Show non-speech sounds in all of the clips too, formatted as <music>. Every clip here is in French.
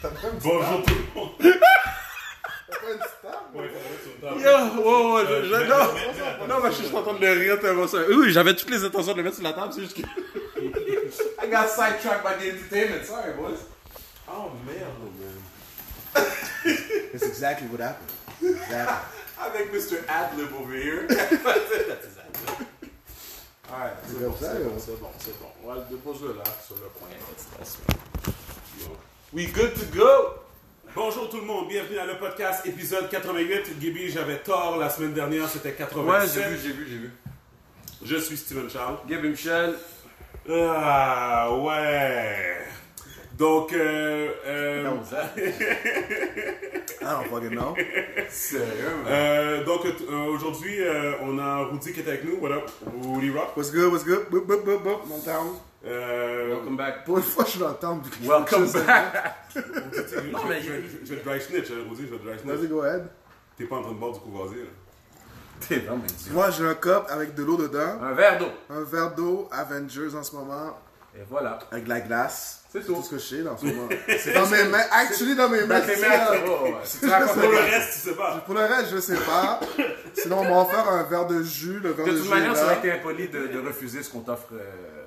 T'as pas une Bonjour star tout le monde. T'as pas une star Ouais, faudrait que tu me Yo, tapes. wow, wow, Euh, je- mais- non. mais- mais- Non, mais je suis juste en train de rire tellement ça. Oui, j'avais toutes les intentions de le mettre sur la table, c'est juste que. <laughs> I got sidetracked by the entertainment, sorry boys. Oh merde. That's exactly what happened. Exactly. Avec Mr. Adlib over here. Alright, c'est comme bon, ça, c'est yo. bon, c'est bon, c'est bon. On va le déposer là, sur le coin. Yo. We good to go? Bonjour tout le monde, bienvenue à le podcast épisode 88. Gibi, j'avais tort la semaine dernière, c'était 87. j'ai vu, j'ai vu. je suis Steven Charles. Gabe et Michel. Ah ouais. Donc, euh, euh, I don't Ah, fucking know. Sérieux, man? euh, donc euh, aujourd'hui, euh, on a Rudy qui est avec nous. What up, Rudy Rock. What's good, what's good? Boop, boop, boop, boop. Dans le town. Euh, Welcome back. Pour une fois, je suis dans le town. vu que je Welcome fais ça. non, mais- je, je, je, je vais te dry snitch, hein, Rudy, je vais te dry Vas-y, snitch. go ahead. T'es pas en train de boire du courvoisier, là. T'es vraiment idiot. Moi, j'ai un cup avec de l'eau dedans, Un verre d'eau. un verre d'eau Avengers en ce moment, Et voilà. avec de la glace. C'est tout. tout ce que je sais là, en <laughs> ce moment. dans mes mains. Actually, dans mes mains. T'es c'est merde, ça. ouais, Oh, ouais, ouais. Tu <laughs> racontes Pour le rien. reste, tu sais pas. Pour le reste, je sais pas. Sinon, on m'a offert un verre de jus, le verre de, De toute jus. manière, est ça aurait là. été impoli de, de refuser ce qu'on t'offre. euh,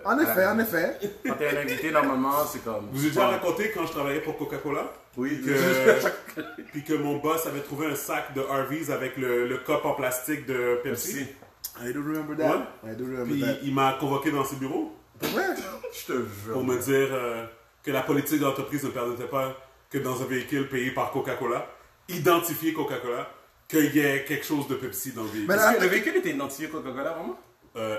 En à la effet, en maison. effet. Quand t'es un invité, normalement, c'est comme. Vous avez déjà raconté quand je travaillais pour Coca-Cola? Oui, Puis <laughs> que, puis que mon boss avait trouvé un sac de Harvey's avec le, le cop en plastique de Pepsi. Merci. I do remember that. I do Puis remember il m'a convoqué dans ses bureaux that. Ouais. Je te jure. pour me dire euh, que la politique d'entreprise ne permettait pas que dans un véhicule payé par Coca-Cola, identifié Coca-Cola, qu'il y ait quelque chose de Pepsi dans le véhicule. Mais là- Est-ce que le véhicule était identifié Coca-Cola, vraiment Euh,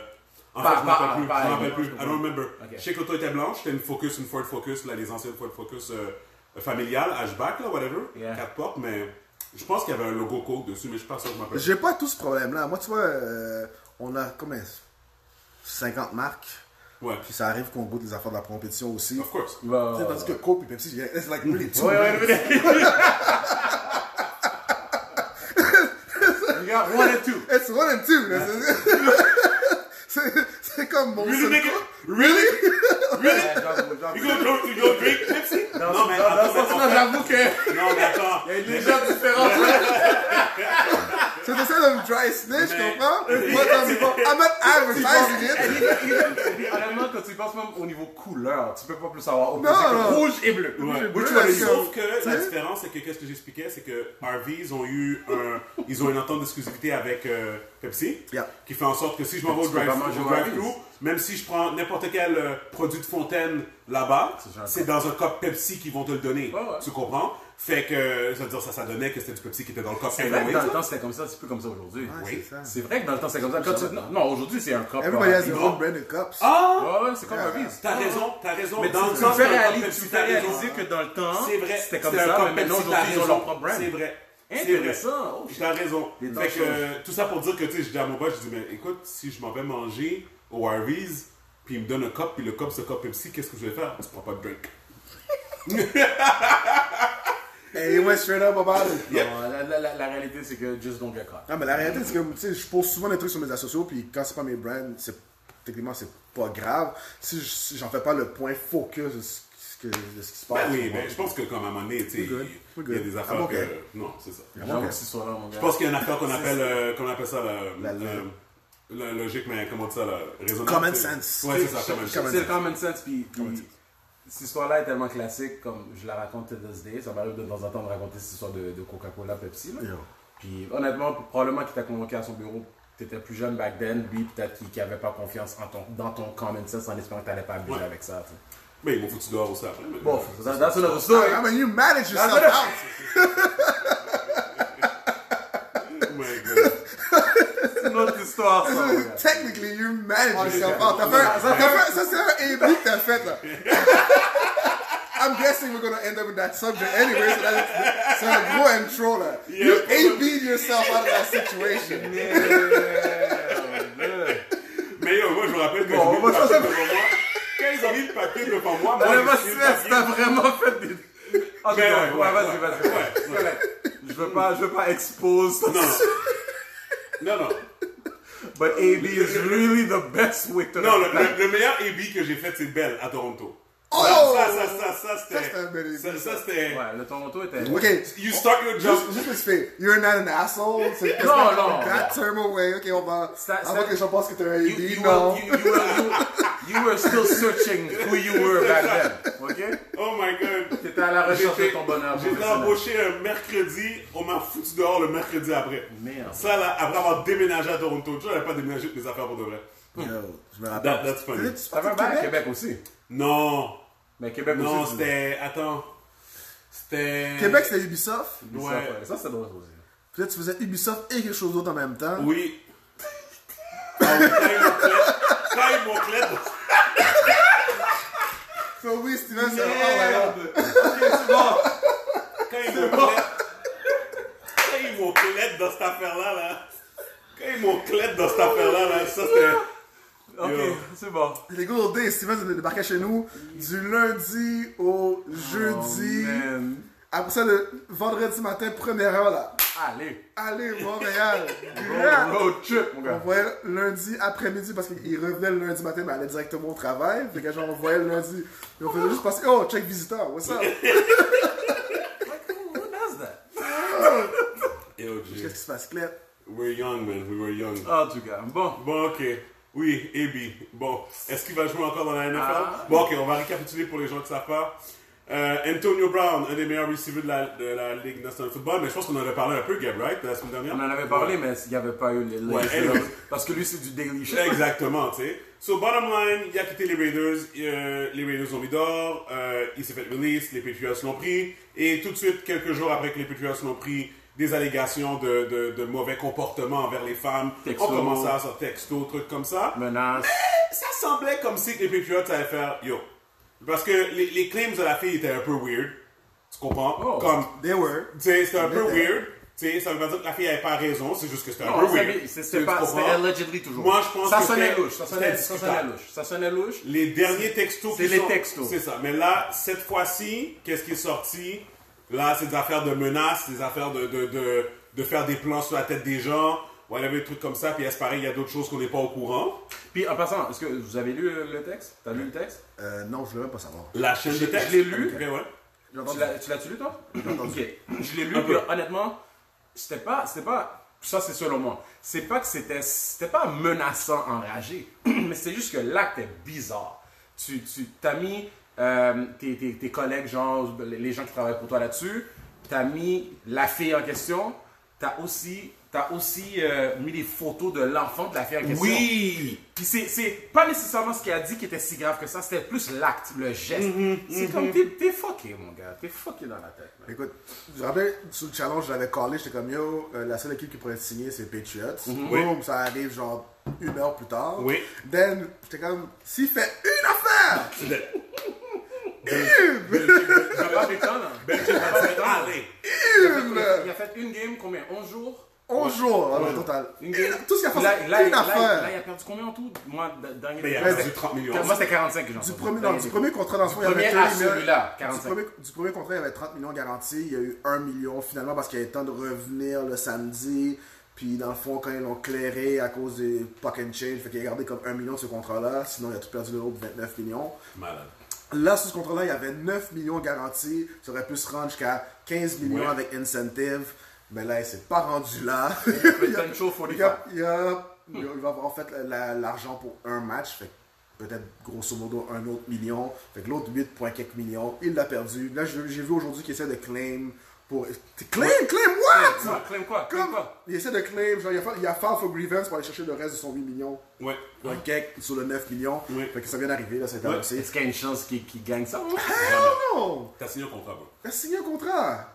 en Par- fait, je m'en par- rappelle plus. par- je m'en rappelle par- plus. I par- don't remember. Ok. Je sais que l'auto était blanche. C'était une Focus, une Ford Focus, là, les anciennes Ford Focus euh, familiales, hatchback, là, whatever. Yeah. Quatre portes, mais je pense qu'il y avait un logo Coke dessus, mais je suis pas sûr que je m'appelle. J'ai pas tout ce problème-là. Moi, tu vois, euh, on a combien 50 marques. Ouais. Puis ça arrive qu'on goûte les affaires de la compétition aussi. Of course. Tu sais, Tandis que Coke et Pepsi, yeah, it's like really two. Ouais, ouais, <laughs> ouais. You got one and two. It's one and two. là. <laughs> C'est- c'est- C'est comme mon. Really, seul- nigga? Really? Ouais, j'avoue, j'avoue. You gonna drink, you gonna drink Pepsi? <laughs> Dans- Non, mais dans- dans attends, ce mais sens-là, j'avoue que. attends. Non, mais attends. Il y a une légende différente. C'est ça de me dry snitch, tu Mais- <laughs> comprends? Moi, comme ils vont- I'm not advertising it. Honnêtement, quand tu y penses même au niveau couleur, tu peux pas plus savoir. autre Non, chose que non. Rouge et bleu. Ouais. Bleu, Which one is parce it? Sauf que la différence, c'est que qu'est-ce que j'expliquais, c'est que Harvey's ont eu un, ils ont une entente d'exclusivité avec euh, Pepsi, Yeah. qui fait en sorte que si je m'en vais au Tu peux drive- pas manger au au drive-thru, Harvey's. même si je prends n'importe quel euh, produit de fontaine là-bas, genre c'est dans un cop Pepsi qu'ils vont te le donner. Ouais, ouais. Tu comprends Fait que ça veut dire ça, ça donnait que c'était du Pepsi qui était dans le cop. C'est vrai que dans anyways. le temps c'était comme ça, c'est plus comme ça aujourd'hui. Ouais, c'est ça. C'est vrai que dans le temps c'était comme ça. Quand tu- Non, aujourd'hui c'est un crop. Everybody has Ouais, their own brand of cups. Ah ouais, c'est comme un vice. T'as raison, t'as raison. Ah. Mais dans tu le tu temps, me fais c'était un Cop réaliser, tu Pepsi, me t'as fais raison. réaliser que dans le temps, C'est vrai. c'était comme un ça, Cop mais maintenant Pepsi, aujourd'hui t'as ils ont raison. leur propre brand. Hein, C'est vrai. C'est vrai. Intéressant. Oh, shit. T'as raison. Les temps Fait que, changent. euh, tout ça pour dire que, tu sais, je dis à mon boss, je dis, mais écoute, si je m'en vais manger au Harvey's, puis il me donne un cop, puis le cop, c'est un cop Pepsi, qu'est-ce que je vais faire? Tu prends pas de drink. And he went straight up about it. Non, la, la- la- la réalité c'est que just don't get caught. Non, mais la réalité, c'est que tu sais, je pose souvent des trucs sur mes réseaux sociaux, puis quand c'est pas mes brands, c'est techniquement, c'est pas grave. Si je- si j'en fais pas le point focus de ce, ce que- de ce qui se passe. Ben oui, moi. ben, je pense que comme à un moment donné, tu sais, We're good. We're il y a good. des I'm affaires okay. que. Non, c'est ça. J'avoue que c'est sur là, mon Je gars. pense qu'il y a une affaire qu'on appelle, euh, qu'on appelle ça la. La logique. euh, la logique, mais comment dire ça, la raisonnement. Common tu sais. sense. Ouais, c'est ça, common Common sense. C'est le common sense, puis, puis cette histoire-là est tellement classique, comme je la raconte to this day, ça m'arrive de temps en temps de raconter cette histoire de, de Coca-Cola, Pepsi. là. Yo. Puis honnêtement, probablement qu'il t'a convoqué à son bureau, t'étais plus jeune back then, lui peut-être qu'il n'avait pas confiance en ton, dans ton common sense en espérant que t'allais pas abuser Ouais. avec ça. tu sais. Mais ils m'ont foutu dehors aussi après. mais- Bon, that- that's another story. I mean, you manage yourself That's out. Oh my God. C'est une autre histoire, ça. <laughs> mon gars. <laughs> Technically, you manage yourself j'ai- out. T'as fait un- Ouais. t'as fait- Ça, c'est un <laughs> A-B que t'as fait, là. I'm guessing we're gonna end up with that subject anyway, so that's- c'est un gros intro, là. Yeah. You A-B yourself out of that <laughs> situation. Mais yo, moi je me rappelle que Bon, j'ai mis on va le papier changer- devant moi. Quand ils ont mis le papier devant moi, moi Allez, j'ai vas-y, pris le vas-y, papier. t'as vraiment fait des... Ah, je Ben comprends. Oh, ouais, ouais, ouais, vas-y, ouais, vas-y. ouais, ouais. Correct. Je veux pas, je veux pas expose ton Non, non. But AB is really the best way to Non, le, le- le meilleur AB que j'ai fait, c'est Belle à Toronto. Oh Oh! Ça, ça, ça, ça, Ça, c'était un bel c'était. Ça, exemple. ça, c'était. Ouais, le Toronto était. Ok, You start your job. juste, juste expliquer. You're not an asshole. C'est Non, non. That term away. Ok, on va. Ça- ça- Avant que je pense que t'es un You, AD, you, non. were, you, you, were, you, you were still searching who you were back then. OK? Oh my god. T'étais à la recherche de ton bonheur. J'ai été professionnel. embauché un mercredi, on m'a foutu dehors le mercredi après. Merde. Ça, là, après avoir déménagé à Toronto, tu n'avais pas déménagé toutes mes affaires pour de vrai. Yo, je me That- rappelle. that's funny. Tu T'avais partais un de bail à Québec? Québec aussi. Non, Mais Québec aussi. non, tu- c'était. Attends. C'était. Québec, c'était Ubisoft. Ça, Ouais. ouais, Ça, c'est drôle aussi. Puis là, tu faisais Ubisoft et quelque chose d'autre en même temps. Oui. Ah oui, quand ils m'ont clé- quand ils m'ont clé- So, oui, Steven, Oh, c'est. Merde. Ok, c'est bon. Quand ils m'ont clé- Quand ils m'ont clé dans cette affaire-là, là. Quand ils m'ont clé dans cette affaire-là, là, ça c'était. Yo. OK, c'est bon. Les good old days, Steven il débarquait chez nous du lundi au jeudi. Oh, man. Après ça, le vendredi matin, première heure, là. Allez. <laughs> Allez, Montréal! Road, Grave. road trip, mon On gars. voyait lundi après-midi parce qu'il revenait le lundi matin, mais allait directement au travail. Fait que genre, on voyait le lundi. Et on faisait juste passer, oh, check visiteur, <laughs> what's up? Who does that? Yo, G. Qu'est-ce qui se passe, Claire? We're young, man. We were young. En tout cas, bon. Bon, ok. Oui, Ebi. Bon, est-ce qu'il va jouer encore dans la NFL Ah. Bon, ok, on va récapituler pour les gens qui savent pas. Euh, Antonio Brown, un des meilleurs receivers de la, de la Ligue nationale de football, mais je pense qu'on en a parlé un peu, Gab, right, la semaine dernière On en avait parlé, mais il n'y avait pas eu les les- Ouais, elle- Parce que lui, c'est du Daily Show. Exactement, tu sais. So, bottom line, il a quitté les Raiders, euh, les Raiders ont mis dehors, euh, il s'est fait release, les Patriots l'ont pris, et tout de suite, quelques jours après que les Patriots l'ont pris, des allégations de, de- de mauvais comportement envers les femmes, Texto. on commençait à sortir texto, trucs comme ça. Menace. ça semblait comme si les Patriots allaient faire yo. Parce que les, les claims de la fille étaient un peu weird. Tu comprends? Oh. Comme, They were. tu sais, c'était un peu Ils étaient. weird. Tu sais, ça veut pas dire que la fille avait pas raison, c'est juste que c'était un Non, peu on weird. savait- c'est- Ah, Tu C'était pas- comprends? c'était allegedly toujours. Moi, je pense ça que sonnait c'était- louche. Ça sonnait, c'était ça sonnait discutable. louche. Ça sonnait louche. Les derniers textos c'est qui les sont- textos. C'est ça. Mais là, cette fois-ci, qu'est-ce qui est sorti? Là, c'est des affaires de menaces, des affaires de, de, de, de faire des plans sur la tête des gens, whatever, des trucs comme ça. Puis, est-ce pareil, il y a d'autres choses qu'on n'est pas au courant? Puis en passant, est-ce que vous avez lu le, le texte T'as lu le texte Euh, non, je voulais même pas savoir. La chaîne de texte. je l'ai lu. Ok, ben ouais. J'ai Tu entendu. l'as- tu l'as-tu lu toi Ok. Je l'ai lu. Un puis peu. honnêtement, c'était pas, c'était pas. Ça c'est selon moi. C'est pas que c'était, c'était pas menaçant, enragé, <clears throat> mais c'est juste que l'acte est bizarre. Tu, tu t'as mis euh, tes, tes, tes collègues, genre les les gens qui travaillent pour toi là-dessus, t'as mis la fille en question, t'as aussi, t'as aussi euh, mis des photos de l'enfant de la fille en question. Oui! Puis c'est, c'est pas nécessairement ce qu'il a dit qui était si grave que ça, c'était plus l'acte, le geste. Mm-hmm, c'est comme t'es, t'es fucké, mon gars, t'es fucké dans la tête. man. Écoute, je me rappelle, sur le challenge, j'avais collé, j'étais comme yo, euh, la seule équipe qui pourrait être signée, c'est Patriots. Mhm. Boom, ça arrive genre une heure plus tard. Oui. Then, j'étais comme, s'il fait une affaire! Il va pas <laughs> m'étendre. Il va Ben, pas m'étendre. Allez! Il a- il a fait une game, combien 11 jours 11 jours, alors, au total. Une game. Tout ce qu'il a fait, Là- c'est là, une là, affaire. Là, il a perdu combien en tout Moi, d- dernier. Mais il a dernier- perdu 30 millions. Moi, c'était 45 que j'ai Du entendu. premier, non, Dernier du game. premier contrat dans ce fond, il y premier avait à 30 millions. celui-là, du 45. premier, du premier contrat, il y avait 30 millions garantis. Il y a eu 1 million finalement parce qu'il y avait le temps de revenir le samedi. Puis dans le fond, quand ils l'ont clairé à cause des pocket and change, fait qu'il a gardé comme 1 million de ce contrat-là. Sinon, il a tout perdu de l'autre 29 millions. Malade. Là, sur ce contrat-là, il y avait 9 millions garantis. Ça aurait pu se rendre jusqu'à 15 millions Ouais. avec incentive. Mais là, il s'est pas rendu là. <laughs> Il a- Potential il, a- 45. il a- Hmm. il va avoir fait la- l'argent pour un match. Fait que peut-être grosso modo un autre million. Fait que l'autre 8 point quelques millions, il l'a perdu. Là, je- j'ai vu aujourd'hui qu'il essaie de claim pour. Claim, claim, what? Quoi? Claim quoi Claim Comme, quoi il essaie de claim, genre, il a, fa- il a filed for grievance pour aller chercher le reste de son 8 millions. Ouais. Un cake sur le 9 millions. Oui. Fait que ça vient d'arriver, là, c'est Ouais. annoncé. Est-ce qu'il y a une chance qu'il qu'il gagne ça hein? moi? <laughs> Hell no! T'as signé un contrat, bro. Il a signé un contrat.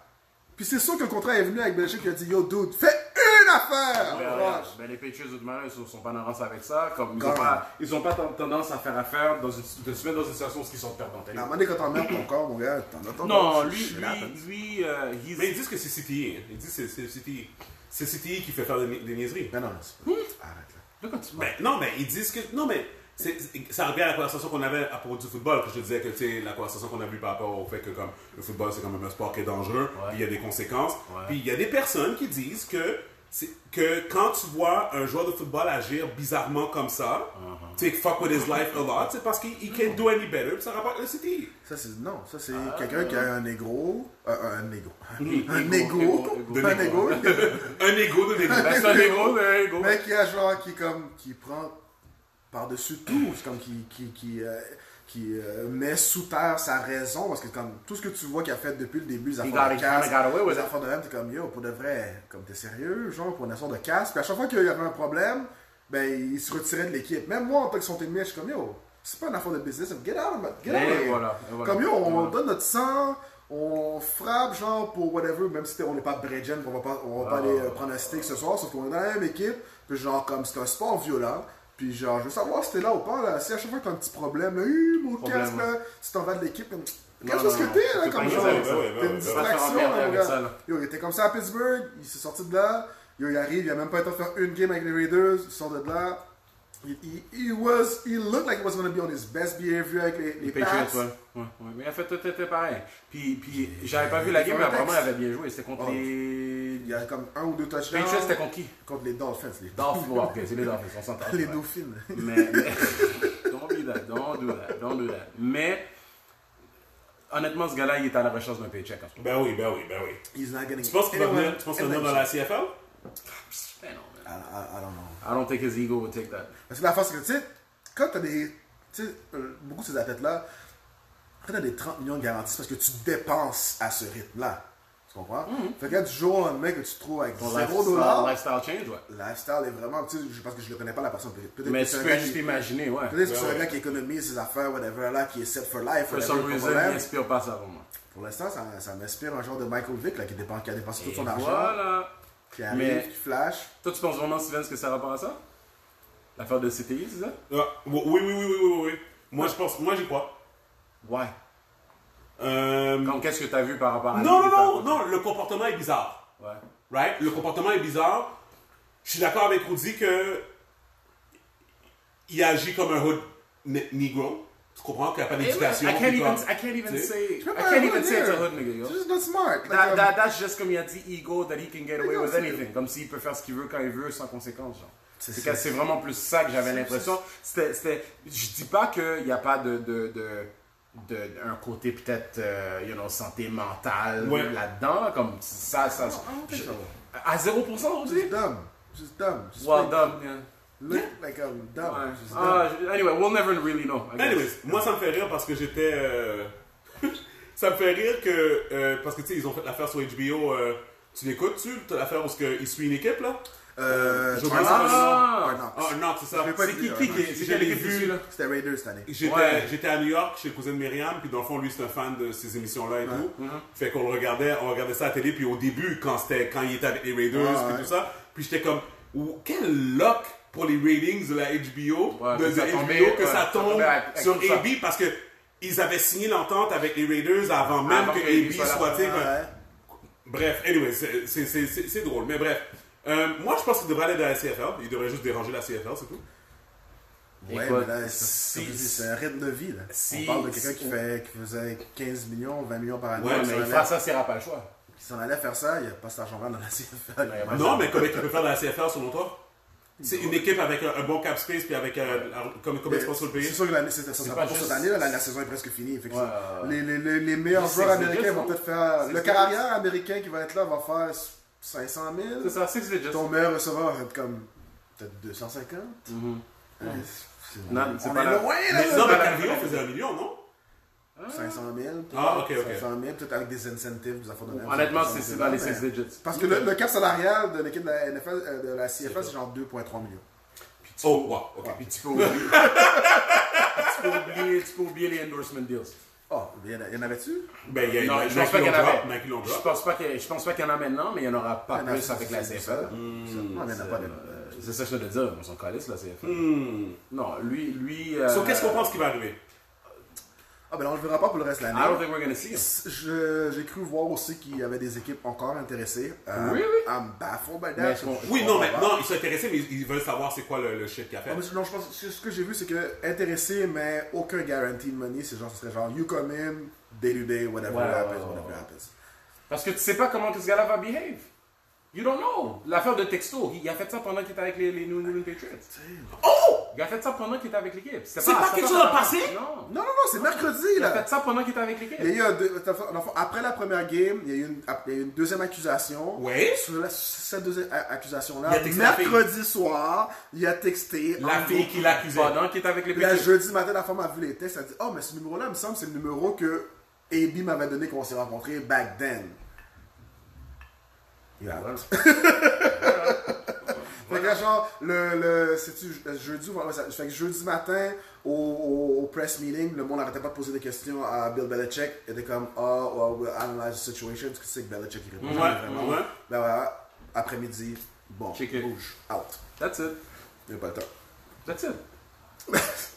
Puis c'est sûr que le contrat est venu avec Belichick qui a dit Yo, dude, fais une affaire! Ben, Voilà. regarde, ben, les Patriots de malin, ils sont- sont pas en avance avec ça. Comme, ils n'ont Gone. pas, ils ont pas ten- tendance à faire affaire, dans une, de se mettre dans une situation où ils sont perdants. À un moment donné, quand t'emmerdes ton corps, mon gars, t'en as ton Non, corps. lui, Shit happens. lui, lui, euh, he's- Mais ils disent que c'est CTI. hein. Ils disent que c'est c'est CTI. C'est CTI qui fait faire des, ni- des niaiseries. Mais non, non, c'est pas. Arrête là. De quoi tu parles? Ben, non, mais ils disent que. Non, mais. c'est- c'est- Ça revient à la conversation qu'on avait à propos du football, que je te disais que tu sais, la conversation qu'on a vue par rapport au fait que comme le football c'est quand même un sport qui est dangereux, puis il y a des conséquences. Puis il y a des personnes qui disent que c'est que quand tu vois un joueur de football agir bizarrement comme ça, take fuck with his life a lot, c'est parce qu'il he can't do any better, puis ça rapporte le City. Ça, c'est. Non, ça, c'est quelqu'un qui a un négro. euh, un négro. Un négro, négro. négro. Un négro. Un ego de négro. <laughs> Ben, c'est un héros, c'est un héros. Mais qui a genre. Qui, comme, qui prend par-dessus tout. C'est comme qui. qui, qui euh, qui euh, met sous terre sa raison parce que comme tout ce que tu vois qu'il a fait depuis le début les affaires got- de he casse kinda got away with les it. affaires de même t'es comme yo pour de vrai comme t'es sérieux genre pour une nation de casse puis à chaque fois qu'il y avait un problème ben il se retirait de l'équipe même moi en tant que son ennemi je suis comme yo c'est pas une affaire de business get out of it, get out of Et here. voilà, et voilà. comme yo on Voilà. donne notre sang on frappe genre pour whatever même si t'es- on n'est pas Bredgen on va pas on va Ah. pas aller euh, prendre un steak ce soir sauf qu'on est dans la même équipe puis genre comme c'est un sport violent puis genre, je veux savoir si t'es là ou pas, là. Si à chaque fois que t'as un petit problème, là, Hum, mon Problème, casque, là, si t'en vas de l'équipe, comme, quelque non, chose que non, t'es, tu là, peux comme pas genre. niaiser avec ça. T'es une Tu vas te faire distraction, emmerder là, mon avec gars. ça, là. Yo, il était comme ça à Pittsburgh, il s'est sorti de là, yo, il arrive, il a même pas été en train de faire une game avec les Raiders, il sort de là. Il, il, he was, he looked like he was gonna be on his best behavior avec les, les, Les Pats. Patriots, ouais. Ouais, ouais. Mais en fait, tout était pareil. Puis, puis j'avais pas vu la game, mais Fantex. apparemment, elle avait bien joué. C'était contre Oh. les. Il y a comme un ou deux touchdowns. Patriots, c'était contre qui contre les Dolphins, les, Dolphins. Ouais, ok, c'est les Dolphins, on s'entend. les Ouais. Dauphines. Mais, <laughs> mais- don't be that, don't do that, don't do that. Mais, honnêtement, ce gars-là, il est à la recherche d'un paycheck en ce Ben moment. oui, ben oui, ben oui. <laughs> He's not getting Tu penses qu'il va anyone venir tu penses qu'il va venir dans la CFL? Ben non, man. I, I, I don't know. I don't think his ego would take that. Parce que la face, c'est que, tu sais, quand t'as des. Tu sais, euh, beaucoup de ces athlètes-là, quand t'as des 30 millions de garanties, c'est parce que tu dépenses à ce rythme-là. Tu comprends? Mhm. Fait que là, du jour au lendemain que tu te trouves avec Ton 0 lifestyle- dollars, lifestyle change, ouais. lifestyle est vraiment. Tu sais, je- parce que je ne connais pas la personne. peut- Peut-être Mais que c'est tu un peux gars juste qui- imaginer, ouais. Peut-être que Ben c'est Ouais, un ouais. gars qui économise ses affaires, whatever, là, qui est set for life. For whatever, some pas de reason, problème. il inspire pas ça pour moi. Pour l'instant, ça, ça m'inspire un genre de Michael Vick là, qui, dépense, qui a dépensé tout Et son argent, Voilà. qui arrive, Mais- qui flash. Toi, tu penses vraiment, Steven, que ça a rapport à ça L'affaire de CTI, c'est ça Ah, Oui, oui, oui, oui, oui, oui, oui. Moi, je pense, moi, j'y crois. Ouais. Euh, Comme qu'est-ce que t'as vu par rapport à lui, Non, non, par non, rapport- non, le comportement est bizarre. Ouais. Right? Le comportement est bizarre. Je suis d'accord avec Rudy que il agit comme un hood ne- negro. Tu comprends qu'il n'y a pas I d'éducation. can't puis even, comme- I can't even tu sais. say, I peux pas can't le even say it's a dire. hood nigga, yo. C'est juste not smart. Like, That, um, that, that's just comme il a dit ego that he can get away non, with c'est- anything. Comme s'il peut faire ce qu'il veut quand il veut sans conséquence. genre. C'est C'est ça. que c'est vraiment plus ça que j'avais l'impression. C'était, c'était, je dis pas qu'il n'y a pas de, de, de, de- un côté peut-être euh, you know, santé mentale Ouais. là-dedans. là, Comme ça, ça. je- à 0% aujourd'hui? Just dumb. Just dumb. Just Well like- done, yeah. Look like I'm dumb. Ouais. Just dumb. Ah, je- anyway, we'll never really know. I guess. Anyways, moi ça me fait rire parce que j'étais. euh, <laughs> ça me fait rire que. euh, parce que tu sais, ils ont fait l'affaire sur HBO. euh, tu l'écoutes-tu T'as L'affaire où ce que- il suit une équipe là Euh, J'ai oublié Trevor- son nom. Ouais, non. Ah non, c'est ça. Je l'ai pas C'est dit, qui là, qui non. qui est- c'est Je quelle l'ai équipe vu. dessus là? C'était Raiders cette année. J'étais Ouais. j'étais à New York chez le cousin de Myriam, puis dans le fond, lui, c'est un fan de ces émissions-là et tout. Mm-hmm. Fait qu'on le regardait, on regardait ça à la télé, puis au début, quand, c'était- quand il était avec les Raiders, Ah, puis ouais. tout ça, puis j'étais comme, Ouh, quel luck pour les ratings de la HBO, Ouais, de, que de ça HBO, tombait, que ouais, ça ça tombe tombait avec- sur avec tout ça. AB, parce que ils avaient signé l'entente avec les Raiders avant même Avant que que AB AB soit là. soit, tu sais, comme- Ouais. Bref, anyway, c'est- c'est- c'est c'est- c'est drôle, mais bref. Euh, moi, je pense qu'il devrait aller dans la CFL, il devrait juste déranger la CFL, c'est tout. Ouais, Écoute, mais là, c'est- si- comme je dis, c'est un rythme de vie. Là. si- On parle de quelqu'un si- qui, fait, qui faisait 15 millions, 20 millions par année. Ouais, qui Mais s'en il allait- fera ça, c'est pas le choix. qui s'en allait faire ça, il n'y a pas cet argent-là dans la <laughs> CFL. Ouais, ouais. Non, mais comment tu peux faire de la CFL selon toi C'est une équipe avec un, un bon cap space puis avec un, un- comme comment tu penses sur le C'est pays sûr que l'année- c'est- ça sera pas pas pour juste- cette année, là, la, la saison est presque finie. Fait que Ouais, c'est- ouais, les, les, les, les meilleurs Juste joueurs six américains digits, vont non? peut-être faire. Six Le digits. carrière américain qui va être là va faire 500 000. C'est ça, six digits. Ton meilleur receveur va être comme peut-être 250. Ouais, c'est- c'est- Mm-hmm. Non, c'est on pas est la- loin là. Mais là. non, mais Calvillo faisait un million, non 500 000. peut-être. Ah, ok, ok. 500 000, peut-être avec des incentives, des affaires de même. Honnêtement, Ça, c'est- ça, c'est dans les mais- 6 digits. Parce que le, le cap salarial de l'équipe de la NFL, euh, de la CFL, c'est genre 2,3 millions. Oh, wow, ok. Puis tu peux <laughs> oublier. tu, peux oublier tu peux oublier les endorsement deals. Oh, il y en a- il y en avait-tu Ben, il y a Non, je Nike pense pas l'ont qu'il y en drop, avait. Nike l'ont Je drop. pense pas qu'il- je pense pas qu'il y en a maintenant, mais il y en aura pas Il y en a- plus avec la c'est- CFL. c'est- Non, Ah, il y en a pas de. Euh, Mm, C'est ça que je te dire, on s'en calisse la CFL. Hmm. Non, lui. lui euh, So, qu'est-ce qu'on pense qui va arriver Ah, ben on le verra pas pour le reste de I don't l'année. think we're gonna see him. Je- J'ai cru voir aussi qu'il y avait des équipes encore intéressées. Euh, Really? I'm baffled by Mais that. est-ce qu'on- Je Oui, comprends non, pas. mais non, ils sont intéressés, mais ils ils veulent savoir c'est quoi le, le shit qu'il a fait. Ah, mais non, je pense que ce que j'ai vu, c'est que intéressé, mais aucun guaranteed money, c'est genre, ce serait genre, you come in, day to day, whatever Ouais, happens, ouais, ouais, whatever ouais. happens. Parce que tu sais pas comment que ce gars-là va behave. You don't know. L'affaire de texto, il a fait ça pendant qu'il était avec les, les New England Patriots. Oh! Il a fait ça pendant qu'il était avec l'équipe. C'est pas ça quelque fait chose de avant. passé? Non. Non, non, non, c'est mercredi, Il a là. fait ça pendant qu'il était avec Il y a l'équipe. eu un deux- t'as fait- dans le fond, après la première game, il y a eu une, il y a eu une deuxième accusation. Oui. Sur la- cette deuxième a- accusation-là, Il a texté la fille. mercredi soir, il a texté. La en- fille qui l'accusait. Pendant qu'il était avec les Puis là, Patriots. jeudi matin, la femme a vu les textes, elle a dit Oh, mais ce numéro-là, il me semble, c'est le numéro que AB m'avait donné quand on s'est rencontrés back then. Yeah. <laughs> Fait que là, genre, le, le c'est-tu je- euh, jeudi ou vendredi? Fait que jeudi matin, au, au- au press meeting, le monde n'arrêtait pas de poser des questions à Bill Belichick. Il était comme, ah, oh, well, we'll analyze the situation. Parce que tu sais que Belichick, il répond Ouais, jamais vraiment. ouais. Ben voilà, après-midi, bon, Check it. rouge, out. That's it. Il n'y a pas le temps. That's it.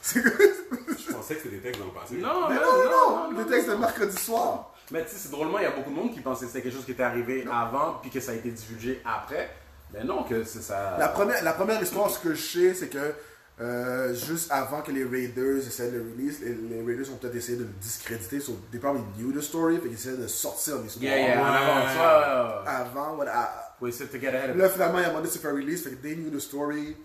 C'est quoi? <laughs> Je pensais que c'était des textes dans le passé. Non, Mais man, non, non, non, le texte de mercredi soir. Mais tu sais, c'est drôlement, il y a beaucoup de monde qui pensait que c'était quelque chose qui était arrivé avant puis que ça a été divulgué après. Mais non, que c'est ça. La première, la première histoire, ce que je sais, c'est que euh, juste avant que les Raiders essaient de le release, les, les Raiders ont peut-être essayé de le discréditer. So, they probably knew the story, fait qu'ils essayaient de sortir l'histoire. Yeah, yeah, en avant, tu vois. Avant, voilà. ah, We said to get ahead of Là, finalement, il a demandé de se faire release, fait que they knew the story.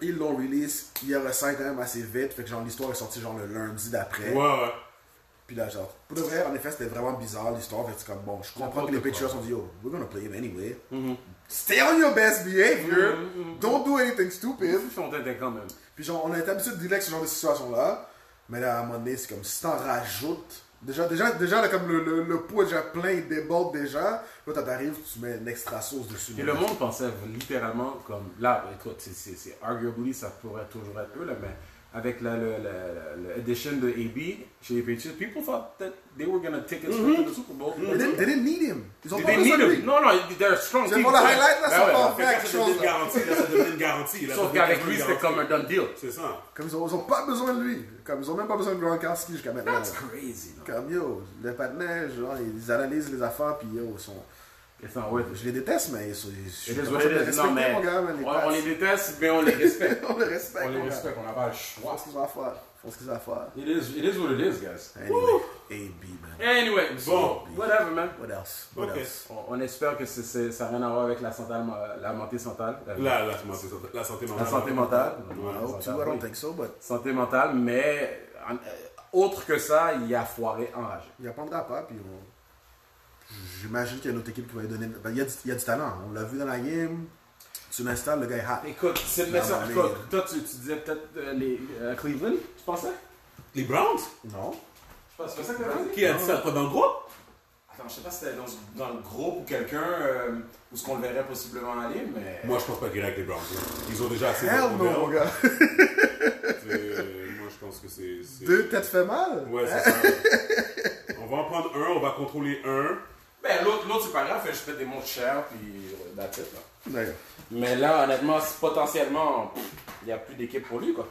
Ils l'ont release, il y a quand même assez vite, fait que genre l'histoire est sortie genre le lundi d'après. Ouais, ouais. Puis là, genre, pour de vrai, en effet, c'était vraiment bizarre l'histoire, fait que c'est comme bon, je comprends que les Patriots ont dit yo, we're gonna play him anyway. Mm-hmm. Stay on your best behavior, don't do anything stupid. Ils sont têtes quand même. Puis genre, on a été habitué de dealer avec ce genre de situation-là. Mais là, à un moment donné, c'est comme si t'en rajoutes. Déjà, déjà, déjà là, comme le, le, le pot est déjà plein, il déborde déjà. Là, t'en arrives, tu mets une extra sauce dessus. Et le monde pensait littéralement comme là, écoute, c'est- c'est c'est arguably ça pourrait toujours être eux là, mais avec la le, le, le- le edition de AB chez les Patriots, people thought that they were gonna take us to the Super Bowl. Mm-hmm. They didn't, they didn't need him. Ils ont They pas didn't need besoin de him. lui. Non, non, they're a strong. C'est team. pour le highlight, là, Ben ça ouais. part. Fait que là, ça devient une garantie, là, ça devient une garantie. là, ça Sauf devient qu'avec quasiment une lui, c'était garantie. comme un done deal. C'est ça. Comme ils ont, ils ont pas besoin de lui. Comme ils ont même pas besoin de Gronkowski jusqu'à maintenant. That's crazy. non? Comme yo, les partenaires, genre, ils analysent les affaires, puis yo, ils sont. It's not worth it. Je les déteste, mais ils sont. ils- je It is suis what capable de it is. respecter, Non, mais mon gars, mais les on, Pats, on les déteste, mais on les <laughs> respecte. on les respecte. On les mon gars. respecte, on n'a pas le Ils choix. font ce qu'ils ont à faire. Ils font ce qu'ils ont à faire. It is, it is what it is, guys. Anyway, AB, man. Anyway, Bon. whatever, man. What else? What Ok. else? On, on espère que c'est- c'est- ça n'a rien à voir avec la santé, la montée santé. Là, la santé mentale. La santé mentale. La santé mentale. Ouais. I hope too, I don't think so, but Santé mentale, mais en- euh, autre que ça, il a foiré enragé. il apprendra pas, hein, puis on- J'imagine qu'il y a une autre équipe qui va lui donner... ben, il, y a du, il y a du talent, on l'a vu dans la game. Tu l'installes, le gars est hot. Écoute, c'est le Non, message. mais- Toi, toi, tu, tu disais peut-être euh, les euh, Cleveland, tu pensais Les Browns Non? Je pense c'est ça que t'avais dit. Qui a dit ça Pas dans le groupe Attends, je sais pas si c'était dans, dans le groupe ou quelqu'un euh, où ce qu'on le verrait possiblement aller, mais. Moi, je pense pas qu'il est avec les Browns. Ils ont déjà assez de Hell no, mon problèmes. gars! <laughs> Euh, Moi, je pense que c'est. c'est- Deux têtes fait mal? Ouais, c'est ça. <laughs> On va en prendre un, on va contrôler un. Ben, l'autre, l'autre, c'est pas grave, je fais des montres chères, puis euh, that's it, là. D'ailleurs. Mais là, honnêtement, c'est potentiellement, pff, il n'y a plus d'équipe pour lui, quoi.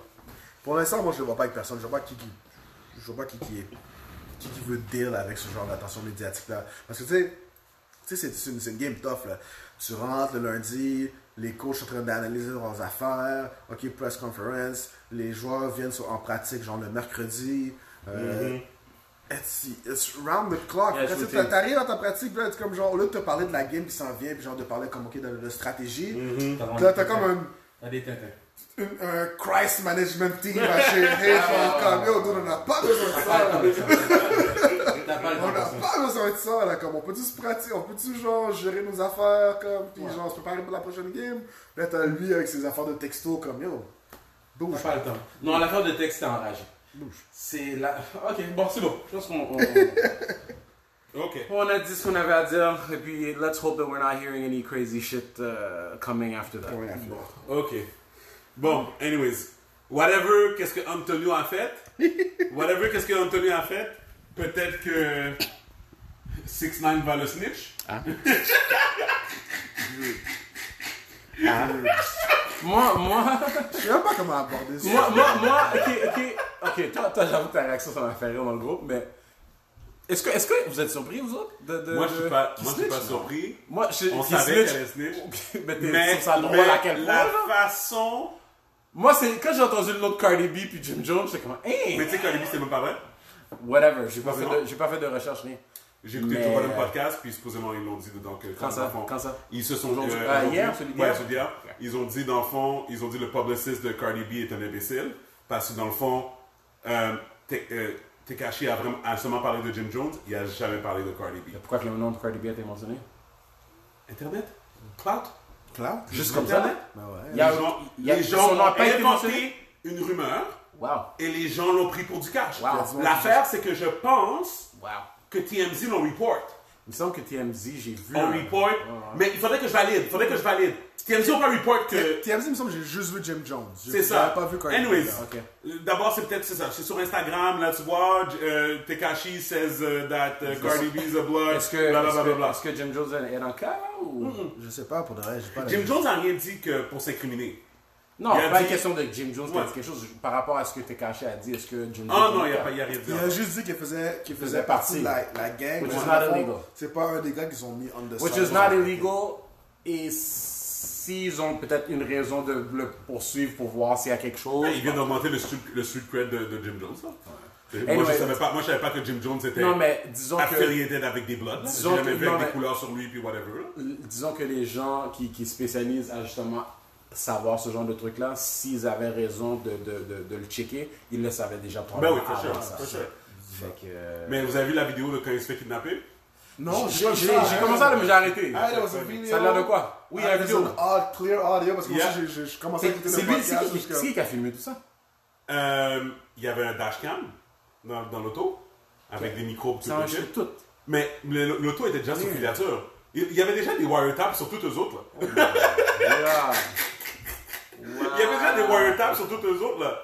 Pour l'instant, moi, je le vois pas avec personne. Je vois pas qui, qui- je vois pas qui, qui, est- qui, qui veut deal avec ce genre d'attention médiatique-là. Parce que, tu sais, tu sais, c'est- c'est une, c'est une game tough, là. Tu rentres le lundi, les coachs sont en train d'analyser leurs affaires, OK, press conference, les joueurs viennent sur- en pratique, genre, le mercredi. Euh, it's, it's round the clock. Yes, Quand tu- routine. T'arrives dans ta pratique, là, c'est comme genre, au lieu de te parler de la game qui s'en vient, puis genre de parler comme, OK, de, de stratégie, Mm-hmm. là, t'as comme un T'as des tintins. une- un uh, Christ Management Team à <laughs> gérer, genre comme yo, dude, on n'a pas besoin de ça, là. T'as pas le on n'a temps. pas besoin de ça, là, comme on peut-tu se pratiquer, on peut-tu genre gérer nos affaires, comme, puis genre se préparer pour la prochaine game, là t'as lui avec ses affaires de texto, comme yo, T'as bouge, pas le temps. Non, l'affaire de texte, c'est enragé. bouge. C'est la. Ok, bon, c'est bon. Je pense qu'on on- Ok. on a dit ce qu'on avait à dire, et puis let's hope that we're not hearing any crazy shit uh, coming after that. Ouais, affaire. Ok. Bon, anyways. Whatever, qu'est-ce que Antonio a <laughs> fait? Whatever, qu'est-ce que Antonio a fait? Peut-être que 6 9 va le snitch. Moi, moi, Je sais même pas comment aborder ça. moi, moi, moi, ok, ok, ok, toi, toi j'avoue que ta réaction, ça m'a fait rire dans le groupe, mais. Est-ce que, est-ce que vous êtes surpris, vous autres de, de- Moi, je suis pas, qui moi, je suis Euh, snitch, pas non? surpris. Moi, je, On qui savait snitch? qu'elle allait snitch. <laughs> Ok, mais t'es Mais, sur ça drôle mais à quel point, la là? façon... Moi, c'est quand j'ai entendu le nom de Cardi B puis Jim Jones, j'étais comme, Mais hey, tu sais qu'au début, c'est même pas vrai. whatever, j'ai pas, fait Vraiment? de- j'ai pas fait de recherche, rien. J'ai écouté Mais- le Joe Rogan podcast, puis supposément ils l'ont dit dedans que Quand ça? dans le fond, Quand ça? Ils se sont Aujourd'hui? Euh, aujourd'hui- hier, celui d'hier? Ouais, celui d'hier. Ils ont dit dans le fond, ils ont dit le publiciste de Cardi B est un imbécile parce que dans le fond, euh, Te- euh, Tekashi a vraiment a seulement parlé de Jim Jones, il a jamais parlé de Cardi B. Pourquoi que le nom de Cardi B a été mentionné Internet, cloud, Cloud? Juste comme Ah ça, là Ben ouais. Il y a- les gens, Bah, il y a- les gens son nom a ont pas été inventé mentionné? une rumeur Wow. et les gens l'ont pris pour du cash. Wow. L'affaire, c'est que je pense Wow. que TMZ l'ont report. Il me semble que TMZ, j'ai vu. On un- report, Ah. mais il faudrait que je valide, il faudrait que je valide. TMZ ont pas report que... TMZ, il me semble que j'ai juste vu Jim Jones. Je- C'est ça. j'avais pas vu Cardi B, Anyways, là. ok. d'abord, c'est peut-être c'est ça. C'est sur Instagram, là, tu vois, euh, Tekashi says euh, that euh, Cardi B is a blood. Est-ce que, bla, bla, est-ce bla, que- bla, bla. est-ce que Jim Jones est dans le cas là, ou... Je sais pas, pour de vrai, j'ai pas la Jim Jones n'a rien dit que pour s'incriminer. Non, Il a pas dit- une question de Jim Jones qui a Ouais. dit quelque chose par rapport à ce que t'es caché a dit. Est-ce que Jim Jones. Ah est non, dans il le n'y a, cas? pas- il y a rien dit. Il a juste dit qu'il faisait, qu'il faisait partie de la, la gang. Which mais is dans not le fond, illegal. C'est pas un des gars qu'ils ont mis on the Which side. is not illegal. Et s'ils ont peut-être une raison de le poursuivre pour voir s'il y a quelque chose. Il vient d'augmenter le street, le street cred de, de Jim Jones. là. Euh, Moi, Anyway. je savais pas, moi, je savais pas que Jim Jones était Non, mais disons que, affiliated avec des bloods. là. J'ai Disons jamais que- vu non, avec mais- des couleurs sur lui, puis whatever. là. disons que les gens qui, qui spécialisent à justement savoir ce genre de truc là, s'ils avaient raison de, de, de, de le checker, ils le savaient déjà Ben oui, probablement. for sure, avant Ah, ça. for sure. Fait que, euh, Mais vous avez vu la vidéo de quand il se fait kidnapper? Non, J'ai j'ai- j'ai commencé à le, mais j'ai arrêté. Ah, there was a video. Ça a l'air de quoi Oui, il y a Ah, une vidéo. there's an odd, clear audio, parce que moi Yeah. aussi, j'ai- j'ai- je commençais à C'est écouter c'est le lui, c'est podcast. euh, qui, parce c'est que- qui qui a filmé tout ça Euh, il y avait un dashcam dans, dans l'auto avec des micros. Ça a enregistré tout. Mais le- l'auto était déjà sous filature. Il il y avait déjà des wiretaps sur toutes eux autres. là. Voilà. <laughs> Il y avait déjà des wiretaps sur toutes eux autres. Là.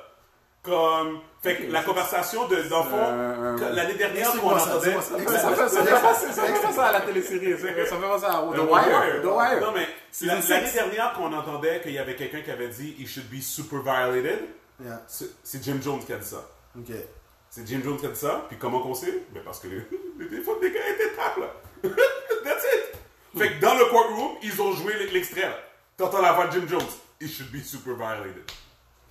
Comme, fait que la conversation de, d'enfants, Euh, que l'année dernière qu'on Explique-moi ça, entendait. dis-moi ça. Ça fait ça fait- ça fait penser- ça fait penser à la télésérie. Ça fait ça fait penser à The Wire. The Non, Wire. mais Season la- six. l'année dernière qu'on entendait qu'il y avait quelqu'un qui avait dit He should be super violated, Yeah. c'est c'est Jim Jones qui a dit ça. Ok. C'est Jim Jones qui a dit ça. Puis comment qu'on sait ben Parce que les, <laughs> les téléphones des gars étaient tapes, là. <laughs> That's it. Fait que dans le courtroom, ils ont joué l- l'extrait, là. T'entends la voix de Jim Jones. He should be super violated.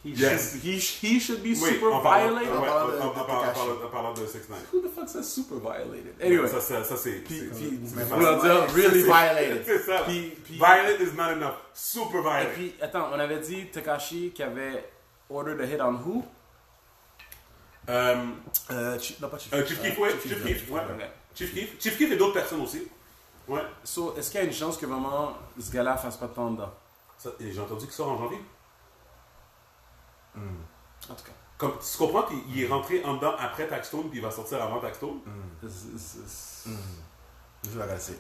Yes. He sh- he should Oui, be super en parlant- violated. ouais, en- parlant de- en- en- de en- en- en- en- Tekashi. en- en- en parlant de 6 9 Who the fuck says super violated? Anyway. Ça, ça, ça c'est... Puis, c'est- puis, c'est- vous leur dire really violated. <laughs> C'est ça. là. Puis, puis- Violent is not enough. Super Et violent. puis, attends, on avait dit Takashi qui avait ordered a hit on who? Euh, Euh, Chi- non, pas Chief. euh, Chief Keef, ouais. Chief Keef, ouais. Ouais. Chief Keef. Chief Keef et d'autres personnes aussi. Ouais. So, est-ce qu'il y a une chance que vraiment ce gars-là fasse pas de temps dedans? Ça, et J'ai entendu qu'il sort en janvier. En tout cas, Comme, tu comprends qu'il il est rentré en dedans après Taxstone, puis il va sortir avant Taxstone. z- z- z- Je vais agacer.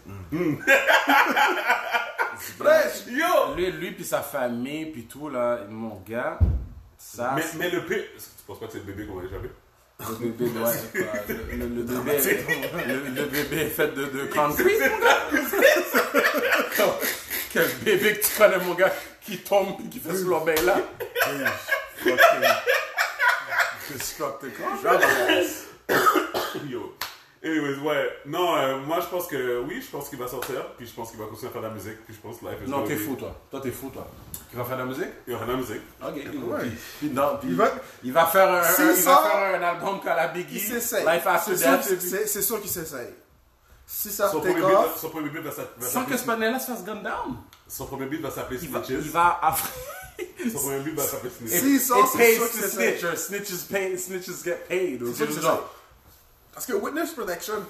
Mm. Bref! Yo! lui, lui puis sa famille puis tout là, mon gars, ça. Mais, c'est- mais le pire. Tu penses pas que c'est le bébé qu'on a déjà vu? Le bébé, ouais, c'est pas- le, le bébé, le, le bébé est fait de, de concrete, mon gars. Comme- <laughs> Quel bébé que tu connais, mon gars, qui tombe puis qui fait ce lobin là. Destructe quoi? <laughs> Yo. Anyways, ouais. Non, euh, moi je pense que oui, je pense qu'il va sortir, puis je pense qu'il va continuer à faire de la musique, puis je pense que life is Non, gonna t'es be- fou toi. Toi, t'es fou toi. Tu vas faire de la musique? Il va faire de la musique. Ok. Puis, puis non, puis Il va- il va faire un, S'il un- il sort, va faire un album qu'à la Biggie. Il s'essaye. Life After C'est sûr Death. qu'il- C'est c'est sûr qu'il s'essaye. Si ça Son take premier, beat, off, son premier beat va s'a- va Sans que s'appeler. ce panel-là se fasse gun down. Son premier beat va s'appeler Il va, il Snitches. va <laughs> après. Son premier beat va s'appeler Snitches. S'il sort, It c'est pays sûr que to c'est ça. snitch, or snitches pay, snitches get paid. ou c'est sûr que quelque c'est chose ça. Parce que Witness Protection,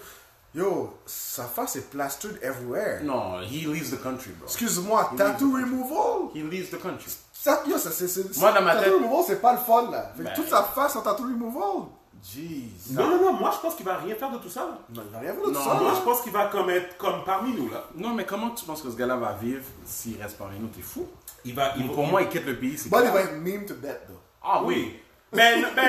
yo, sa face est plastered everywhere. Non, he leaves the country, bro. Mm. Excuse-moi, tattoo removal? He leaves the country. Ça, yo, ça, c'est, c'est, Moi, dans ma tattoo tête- removal, c'est pas le fun, là. Fait que Ben. toute sa face en tattoo removal. Jeez. Non, non, non, moi je pense qu'il va rien faire de tout ça. là. Non, il va rien vouloir de Non, ça, Moi là. je pense qu'il va comme être comme parmi nous là. Non, mais comment tu penses que ce gars-là va vivre s'il reste parmi nous T'es fou. Il va. il va- Pour il- moi, il quitte le pays. c'est Bon, il Bah, clair. va être meme to death, though. Ah oui. Oui. Mais, mais,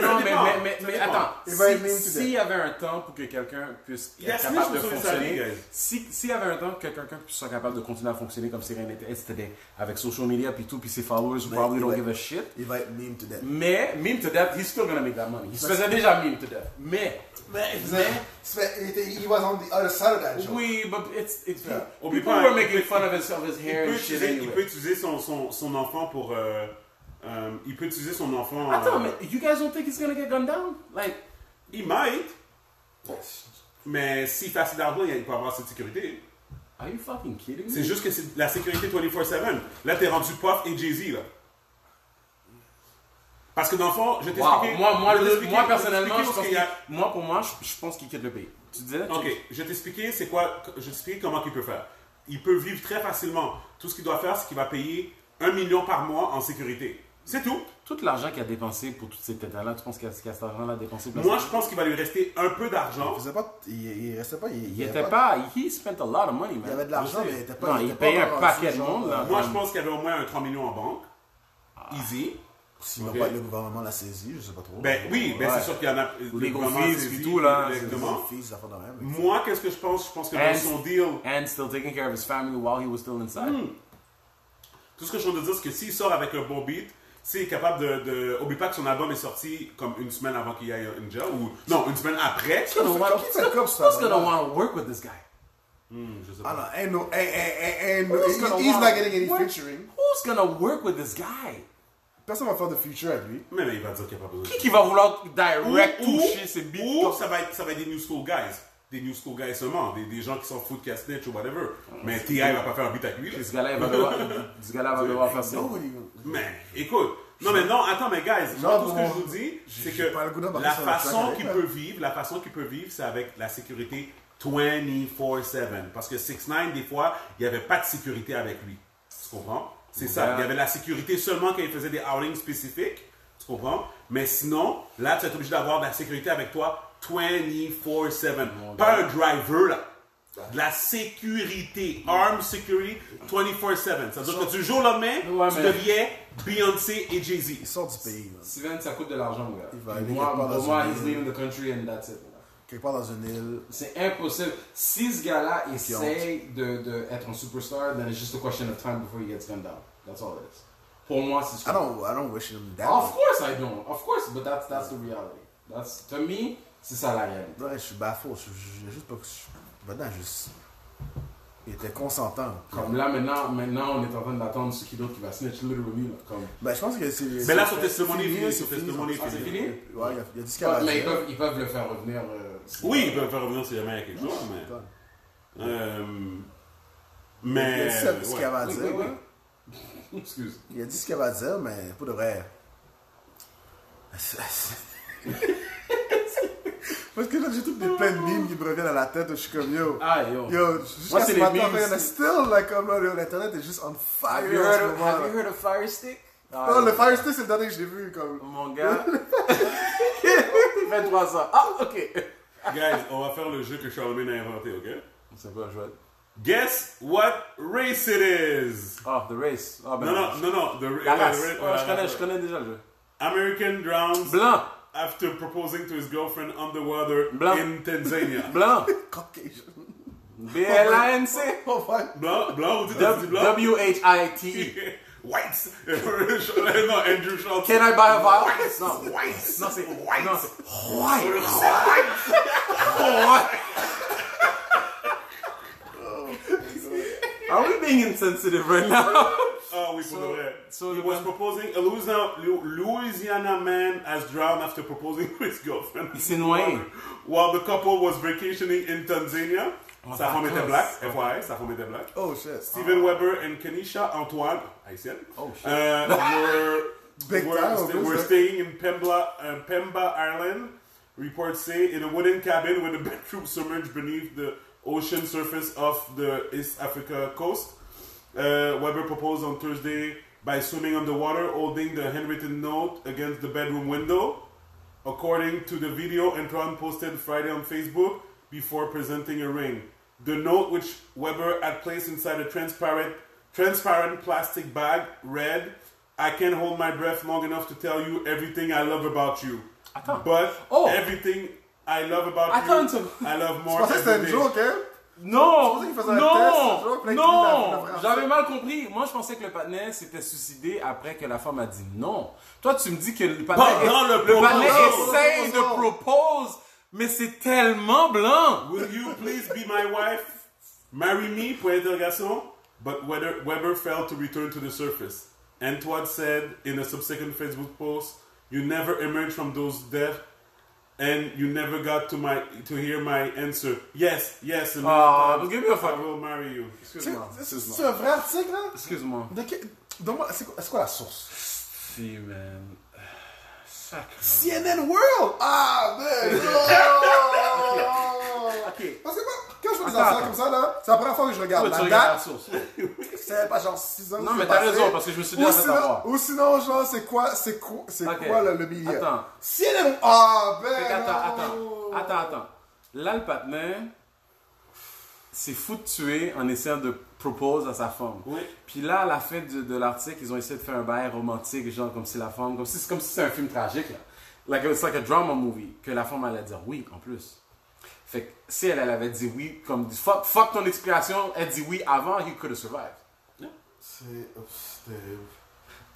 ça non, mais, dépend. mais, mais, Ça mais dépend. attends, Il va être si- meme s'il today. y avait un temps pour que quelqu'un puisse Il a être signé capable de sur les fonctionner, salariés, guys. si- s'il y avait un temps que quelqu'un puisse soit capable de continuer à fonctionner comme si rien n'était, c'était avec social media puis tout, puis ses followers who probably il don't va- give a shit. Il va être meme to death. Mais, meme to death, he's still gonna make that money. Il se faisait déjà meme to death. Mais, C'est- il était- he was on the other side of that joke. oui, but it's, it's Oublie people pas, were il making fun of his, of his Il hair peut and shit utiliser, il peut anyway. utiliser son, son, son enfant pour. euh, euh, il peut utiliser son enfant. Attends, euh, mais you guys don't think he's gonna get gunned down? Like, Il might. Mais s'il fait assez d'argent, il peut avoir assez de sécurité. Are you fucking kidding me? C'est juste que c'est la sécurité 24-7. Là, t'es rendu Puff et Jay-Z, là. Parce que dans le fond, je t'ai Wow. expliqué- Moi, moi, je t'ai le- expliqué- moi, je t'ai personnellement, expliqué je parce pense qu'il y a- qu'il- moi, pour moi, je, je pense qu'il quitte le pays. Tu disais? tu- Ok, je vais t'expliquer c'est quoi, je vais t'expliquer comment il peut faire. Il peut vivre très facilement. Tout ce qu'il doit faire, c'est qu'il va payer un million par mois en sécurité. C'est tout. Tout l'argent qu'il a dépensé pour toutes ces têtes-là, tu penses qu'il y a qu'il y a cet argent-là dépensé? parce Moi, que- je pense qu'il va lui rester un peu d'argent. Il faisait pas. Il, il restait pas. Il, Il avait était pas... He spent a lot of money, man. Il avait de Je l'argent, sais. mais il était pas- Non, il il était payait pas un rendu paquet de genre, monde, là. euh, Moi, je pense qu'il y avait au moins un 3 millions en banque. Easy. Sinon, Ok. pas, le gouvernement l'a saisi, je sais pas trop. Ben oui, ben, Ouais. c'est sûr qu'il y en a. les gros gouvernement fils, puis saisit tout, là, Ah, Les directement. fils, affaires de même. Moi, qu'est-ce que je pense Je pense que And- dans son deal, And still taking care of his family while he was still inside. Tout ce que je veux dire, c'est que s'il sort avec un bon beat, s'il est capable de, de. Oublie pas que son album est sorti comme une semaine avant qu'il y ait une jail, ou. Non, une semaine après. Who's gonna Qui wanna- fait comme ça, who's gonna vraiment? wanna work with this guy? Hmm, je sais Ah pas. non, ain't no, ain't, ain't, ain't, ain't eh, no, Who's he's, gonna he's wanna not getting any work- featuring. Who's gonna work with this guy? Personne va faire de feature avec lui. Mais, mais il va dire qu'il n'y a pas besoin de. Qui va vouloir direct Ou- toucher ou- ses beats Ou comme- ça va, être, ça va être des new school guys. Des new school guys seulement. Des, des gens qui s'en foutent qu'il y a snitch ou whatever. mais T.I. va pas faire un beat avec lui. là. Ce gars-là, <laughs> il va devoir, ce gars-là va devoir faire ça. Nobody- Mais écoute, non mais non, attends mais guys, moi Non, tout ce que bon, je vous dis, c'est j'ai que pas le goût d'embarquer la sur le track façon avec, qu'il mais- peut vivre, la façon qu'il peut vivre, c'est avec la sécurité 24/7 parce que 6ix9ine des fois, il n'y avait pas de sécurité avec lui. Tu comprends C'est ça, il y avait la sécurité seulement quand il faisait des outings spécifiques. Tu comprends Mais sinon, là tu es obligé d'avoir de la sécurité avec toi 24/7. Pas un driver là. De la sécurité, armed security 24-7. Ça veut dire que du jour au lendemain, Ouais, tu mais- deviens Beyoncé et Jay-Z. Il sort du pays, man. Steven, ça coûte de l'argent, mon gars. Il va aller moi, quelque part pour dans moi, une he's île. leaving the country and that's it. Quelque part dans une île. C'est impossible. Si ce gars-là honte. essaye d'être de, être un superstar, then it's just a question of time before he gets gunned down. That's all it is. Pour moi, c'est I ça. don't, I don't wish him that. Of course I don't. Of course, but that's, that's the reality. That's, to me, c'est ça la réalité. Ouais, je suis baffo. Je, je, je- juste pas que je. Maintenant, juste. Il était consentant. Comme là, maintenant, maintenant, on est en train d'attendre ce qui d'autre qui va snitch literally. Là, comme... Ben, je pense que c'est. Mais là, c'est- son testimony est c'est fini, c'est son testimony est c'est fini. Ouais, il y a- il y a du scalage. mais ils peuvent, ils peuvent le faire revenir. euh, si- Oui, ils peuvent faire revenir si jamais il y a quelque chose, mais. Euh, mais. Il a dit ce qu'il ouais. avait à Oui, dire. oui, oui. <laughs> ouais. Excuse. Il a dit ce qu'il avait à dire, mais pour de vrai. <laughs> Parce que là, j'ai toutes des plein de mimes qui me reviennent à la tête. Je suis comme yo. Ah, yo. Yo, Moi, jusqu'à c'est ce les matin, memes, il y en a c'est- still, like, comme là, l'internet est juste on fire. Have you, en heard ce of, moment, have là. you heard of Fire Stick? Oh, Non, le Fire Stick, c'est le dernier que j'ai vu, comme. Mon <laughs> gars. 23 ans. Ah, ok. Guys, on va faire le jeu que Charlemagne a inventé, ok C'est quoi, Joël? Guess what race it is Ah, The Race. Ah, ben, Non, non, non, non. The, La ouais, race. the Ouais, ra- ouais, je, connais, la- je connais déjà le jeu. American drowns Blanc. after proposing to his girlfriend underwater Blanc. in Tanzania. Blanc. <laughs> Caucasian. B-L-A-N-C. Oh, ouais. blanc, blanc, vous dites, vous dites blanc W-H-I-T-E. <laughs> Whites. <laughs> non, Andrew Schultz. Can I buy a vial? Non. Whites. Non, c'est. Whites. Non, White. Are we being insensitive right now? Ah oui, pour de vrai. so He the was one- proposing a Louisiana, Lu- Louisiana man has drowned after proposing <laughs> to his girlfriend. Il s'est noyé. While the couple was vacationing in Tanzania. Oh, Sa femme était vacances. black, FYI, sa femme était black. Oh, shit. Steven Weber and Kenisha Antoine, haïtienne, Oh, shit. uh, were, <laughs> Big were, time, sta- were who's that? staying in Pemba, uh, Pemba, Ireland. Reports say in a wooden cabin <laughs> with a bedroom submerged beneath the ocean surface off the East Africa coast. Uh, Weber proposed on Thursday by swimming underwater, holding the handwritten note against the bedroom window. According to the video Antoine posted Friday on Facebook before presenting a ring, the note which Weber had placed inside a transparent, transparent plastic bag read, "I can't hold my breath long enough to tell you everything I love about you, Attends. but Oh. everything I love about Attends une you, seconde. I love Je more." pensais que c'était une every day. joke, hein? Non! pensais qu'il faisait un test, tu vois, Non! puis là, il dit la- la Non! vraie affaire. J'avais mal compris. Moi, je pensais que le patinet s'était suicidé après que la femme a dit non. Toi, tu me dis que le patinet, Pendant le le patinet propos. essaye de propose, mais c'est tellement blanc! Will you please be my wife? Marry me, point interrogation. But whether Weber failed to return to the surface. Antoine said in a subsequent Facebook post, You never emerge from those depths and you never got to my to hear my answer. Yes, yes. and Ah, many times, give me a fuck. I will marry you. C'est Excuse-moi. c'est- c'est un vrai article, là Excuse-moi. De que- Donne-moi, c'est quoi, c'est quoi la source Si, man. Sacre. CNN World <laughs> Ah, ben non Ok. Parce que moi, quand je vois des Attends, affaires comme ça, là, c'est la première fois que je regarde. Tu La regardes la date, source. c'est pas genre 6 ans. Non, que mais c'est t'as passé. raison, parce que je me suis dit, Ou en fait, sinon, avoir. ou sinon, genre, c'est quoi, c'est quoi, c'est Ok. quoi le, le milieu Attends. CNN Ah, ben Fait non qu'attends, attends, attends, attends. Là, le partenaire s'est foutué en essayant de propose à sa femme. Oui. Puis là, à la fin de, de l'article, ils ont essayé de faire un bail romantique, genre comme si la femme, comme si, comme si c'était un film tragique, là. Like, it's like a drama movie, que la femme allait dire oui, en plus. Fait que si elle, elle avait dit oui, comme du fuck, fuck ton explication, elle dit oui avant, he could have survived. C'est oh, c'est terrible.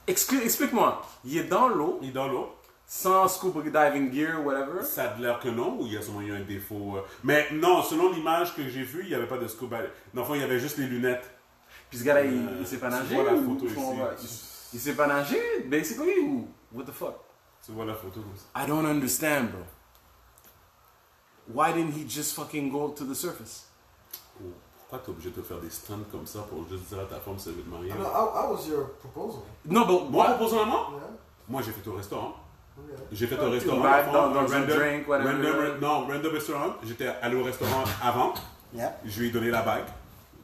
Exclu- Explique-moi, il est dans l'eau, Il est dans l'eau. sans scuba diving gear, whatever. Ça a l'air que non, ou il y a sûrement eu un défaut. euh, Mais non, selon l'image que j'ai vue, il n'y avait pas de scuba. Dans le fond, il y avait juste les lunettes. Puis ce gars-là, il, Euh, il sait pas tu nager. vois la ou- photo ou on ici. va- il, il sait pas nager, basically, ou what the fuck? Tu vois la photo comme ça. I don't understand, bro. Why didn't he just fucking go to the surface? Oh, Pourquoi t'es obligé de te faire des stunts comme ça pour juste dire ah, à ta femme c'est de marier No, how, how was your proposal? Non, but Moi, what? proposant à moi Yeah. Moi, j'ai fait au restaurant. Okay. J'ai fait au restaurant. vas dans- Un dans un drink, whatever. random- non, random restaurant. J'étais allé au restaurant avant. Yeah. Je lui ai donné la bague.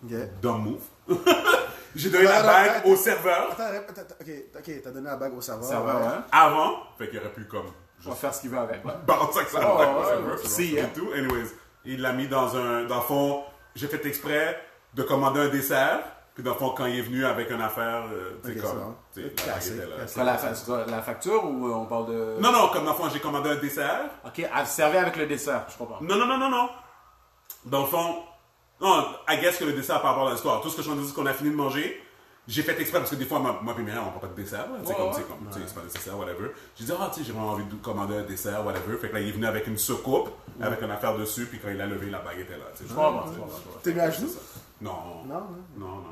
Ok. Dumb move. <laughs> j'ai donné la Attends, bague attends, au serveur Attends, rép- attends, ok, ok, t'as donné la bague au serveur. Ça va, ouais. hein? avant. Fait qu'il aurait pu comme On va juste faire ce qu'il veut avec. <laughs> balancer avec sa Oh, bague ouais, au serveur. si, et hein. tout. Anyways, il l'a mis dans un. Dans le fond, j'ai fait exprès de commander un dessert. Puis dans le fond, quand il est venu avec une affaire, euh, tu sais Ok, c'est comme. bon. tu sais, la bague Cassé, était là. cassé. Sur la, fa- sur la facture ou euh, on parle de. Non, non, comme dans le fond, j'ai commandé un dessert. Ok, à servir avec le dessert, je comprends. Non, non, non, non, non. Dans le fond, non, I guess que le dessert par rapport à l'histoire. Tout ce que je vous dis, c'est qu'on a fini de manger. J'ai fait exprès parce que des fois, moi, moi et Myriam, on prend pas de dessert. là. Tu sais, Ouais, comme, ouais. tu sais, comme, tu sais, c'est pas nécessaire, whatever. J'ai dit, ah, tu sais, j'ai vraiment envie de commander un dessert, whatever. Fait que là, il est venu avec une soucoupe, avec une affaire dessus, puis quand il a levé, la bague était là. tu sais. Je comprends, tu sais, je comprends. je T'es mis à genoux? Non. Non, hein? Non, non, non.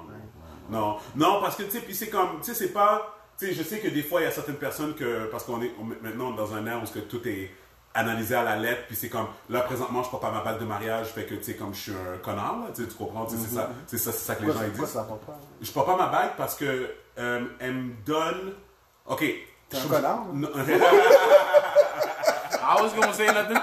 Non, non, parce que, tu sais, puis c'est comme, tu sais, c'est pas, tu sais, je sais que des fois, il y a certaines personnes que, parce qu'on est on- maintenant dans un air où ce que tout est analysé à la lettre, puis c'est comme, là, présentement, je porte pas ma bague de mariage, fait que, tu sais, comme je suis un connard, là, tu sais, tu comprends, tu sais, c'est Mm-hmm. ça, c'est ça, c'est ça que les gens Pourquoi ils pourquoi disent. ça va pas? hein? Je porte pas ma bague parce que, euh, elle me donne, ok. T'es un je- connard, hein? Non, <laughs> I was gonna say <laughs> nothing.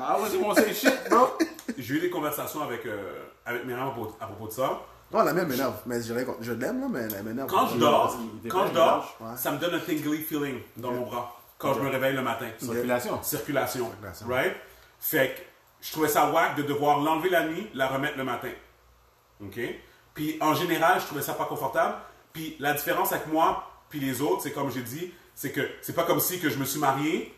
Ah I was gonna say shit, bro. <laughs> J'ai eu des conversations avec, euh, avec Myriam à propos- à propos de ça. Non, la mienne m'énerve. Mais je, l'ai- je l'aime, là, mais la mienne m'énerve. Quand je dors, quand je dors, Ouais. ça me donne un tingly feeling dans mon bras quand je me réveille le matin. Circulation. Circulation. Right? Fait que je trouvais ça wack de devoir l'enlever la nuit, la remettre le matin. OK? Puis en général, je trouvais ça pas confortable. Puis la différence avec moi, puis les autres, c'est comme j'ai dit, c'est que c'est pas comme si que je me suis marié,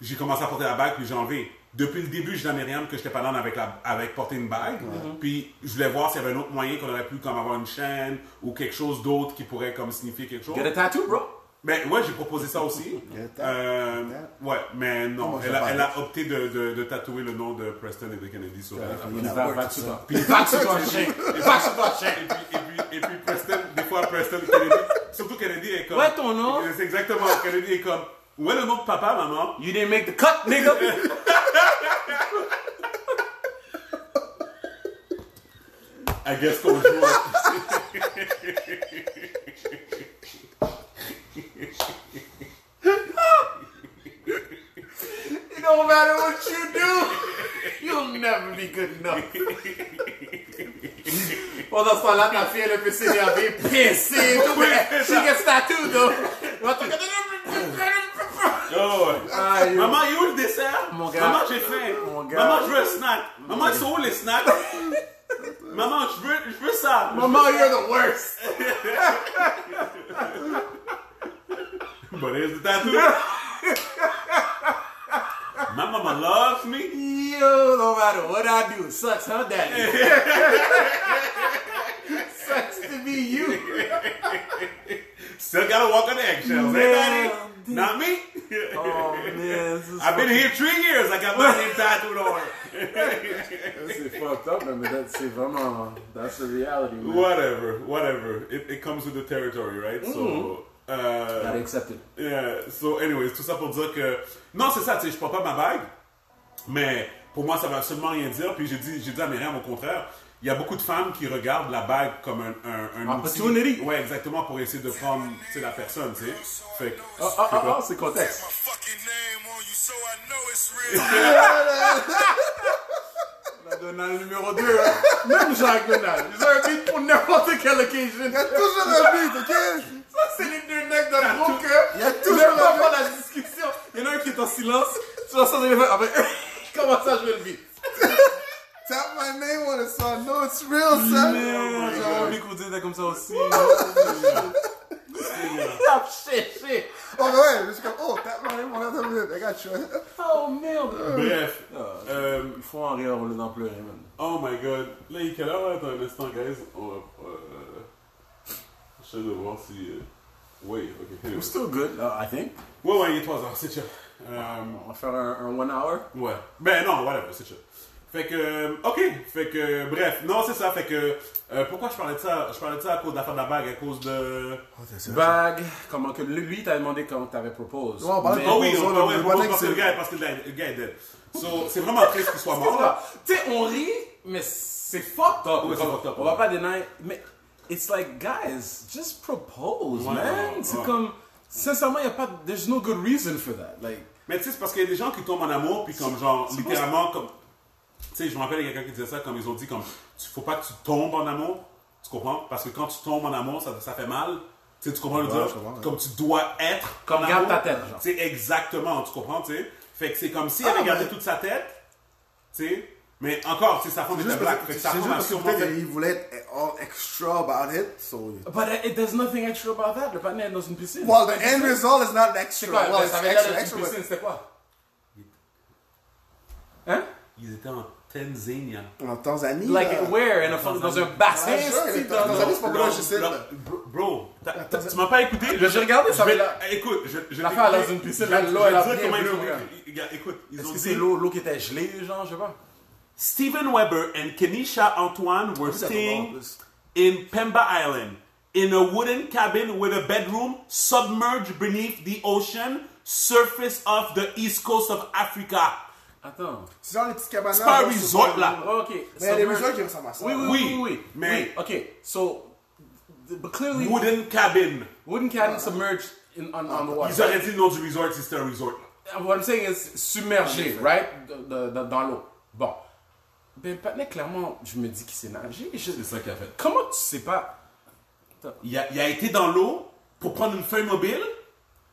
j'ai commencé à porter la bague, puis j'ai enlevé. Depuis le début, je disais à Myriam que j'étais pas dans avec, la, avec porter une bague. Puis je voulais voir s'il y avait un autre moyen qu'on aurait pu comme avoir une chaîne ou quelque chose d'autre qui pourrait comme signifier quelque chose. Get a tattoo, bro. Mais ouais, j'ai proposé ça aussi. Get a- Euh, Yeah. ouais, mais non. Moi, je elle, a, parle. elle a opté de, de, de tatouer le nom de Preston et de Kennedy sur elle. Il y en a Va un va qui sur sort. toi. Puis va sur <laughs> toi, chien. Va sur toi, chien. Et puis, et, puis, et puis Preston, des fois Preston, Kennedy, surtout Kennedy est comme. euh, Ouais, ton nom. C'est exactement, Kennedy est comme. Ouais, le nom de papa, maman. You didn't make the cut, <laughs> nigga. I guess <laughs> qu'on joue. à- It don't matter what you do, you'll never be good enough. Pendant ce temps-là, ta fille, elle peut s'énerver, pisser, et tout, mais she gets tattooed, though. Oh, ouais. Ah, yo. Maman, il est où le dessert? Mon gars. Maman, j'ai faim. Mon gars. Maman, je veux un snack. Maman, ils sont où les snacks? maman, je veux, je veux ça. Maman, you're the worst. But here's the tattoo. My mama loves me. Yo, no matter what I do, sucks, huh, daddy? sucks to be you. Still gotta walk on eggshells, eh, daddy? Damn. Not me. Oh, man. this is I've been here three years. I got my name tattooed on. C'est fucked up, là, mais that- c'est vraiment. That's uh, the reality, man. Whatever, whatever. It, it comes with the territory, right? So Euh, T'as accepté. Yeah, euh, so anyways, tout ça pour dire que non, c'est ça, tu sais, je prends pas ma bague, mais pour moi, ça veut absolument rien dire. Puis j'ai dit, j'ai dit à Myriam, au contraire, il y a beaucoup de femmes qui regardent la bague comme un, un, un outil. Opportunity. Ouais, exactement, pour essayer de prendre, tu sais, la personne, tu sais. Fait que- Ah, ah, ah, ah, c'est contexte. my fucking name on you, so I know it's real. On a donné le numéro hein. 2. <laughs> Même Jacques Donald. Ils ont un beat pour n'importe quelle occasion. Il y a toujours un beat, ok? Ça, c'est les deux necks dans le groupe que. il y a toujours Même pas un pendant la discussion. Il y en a un qui est en silence. Tu vas sortir les mains. Après, <laughs> comment ça, je vais le beat? Tap my name on it, so I know it's real, son. J'avais envie qu'on dise ça comme ça aussi. Il a cherché. Oh, ouais, je suis comme, oh, tap my name on it, tap my name. I got you. Oh merde. Bref, Ah, euh, Il faut en rire au lieu d'en pleurer, man. oh my god, là, il est quelle heure, là? Attends un instant, guys. On va, euh, j'essaie de voir si. euh, Oui, ok. anyway. We're still good, uh, I think. Ouais, ouais, il est 3 heures, c'est chill. Euh, On va faire un, un one hour. Ouais. Ben non, whatever, c'est chill. Fait que, euh, ok, fait que, euh, bref, non, c'est ça, fait que, euh, pourquoi je parlais de ça Je parlais de ça à cause de l'affaire de la bague, à cause de. Bag, comment que lui, lui, t'a demandé comment t'avais proposé. Ouais, on parlait Oh oui, Proposons on le- parlait le propose one parce que le exit. gars, parce que le gars- le gars est dead. So, c'est vraiment triste qu'il soit mort là. Tu sais, on rit, mais c'est fucked up. Ouais, c'est fucked up, on ouais. va pas dénier. Mais, it's like, guys, just propose, Ouais, man. ouais, c'est ouais. comme, sincèrement, y a pas, there's no good reason for that. Like, Mais tu sais, c'est parce qu'il y a des gens qui tombent en amour, puis comme genre, c'est littéralement, comme. Tu sais, je me rappelle il y a quelqu'un qui disait ça, comme ils ont dit, comme, tu, faut pas que tu tombes en amour, tu comprends Parce que quand tu tombes en amour, ça, ça fait mal. Tu sais, tu comprends le dire je comprends, ouais. Comme tu dois être. Comme en garde amour. ta tête, genre. Tu sais, exactement, tu comprends, tu sais. Fait que c'est comme s'il avait Ah, mais- gardé toute sa tête, tu sais. Mais encore, tu sais, sa femme était Juste black. parce Fait que- que c'est sa juste femme a parce que sûrement peut-être fait- il voulait être all extra about it, so... but uh, it, there's nothing extra about that. Le partner est dans une piscine. Well, the end result is not c'est extra. quoi, Well, ça it's avait l'air extra, d'être extra, une but- piscine, c'était quoi Hein Ils étaient en Tanzania. En Tanzanie, là. Like, where In a fucking- Dans un bassin, Ah, sure, c'est mais dans- dans- dans- c'est pas pour Bro, là, je sais, bro, là. bro, Bro, t'as- t'as- tu m'as pas écouté J'ai regardé, ça Je vais- avait l'air. Écoute, je, je L'affaire t'ai- dans une piscine, je- la- je- l'eau, elle a je vais te dire comment bien ils bleu, ont- regarde. ils- ils- Écoute, ils Est-ce ont que c'est dit l'eau l'eau qui était gelée, genre, je sais pas. Stephen Weber and Kenisha Antoine were Ça tombe en staying plus. in Pemba Island in a wooden cabin with a bedroom submerged beneath the ocean surface of the east coast of Africa. Attends. Oh, C'est genre les petites cabanes. C'est pas un resort là. euh, oh, Ok. Mais les régions qui ressemblent à ça. Oui, oui, Oui, oui, oui. mais- oui. ok, so, th- but clearly, wooden, Wooden cabin. cabin submerged in, on, on the Uh-huh. Ils water. auraient dit le nom du resort si c'était un resort. And What I'm saying is submergé, right, de- de- de- dans l'eau. Bon. Ben, Patnais, clairement, je me dis qu'il s'est nagé. Je- ça qu'il a fait. Comment tu sais pas Il a, il a été dans l'eau pour prendre une feuille mobile,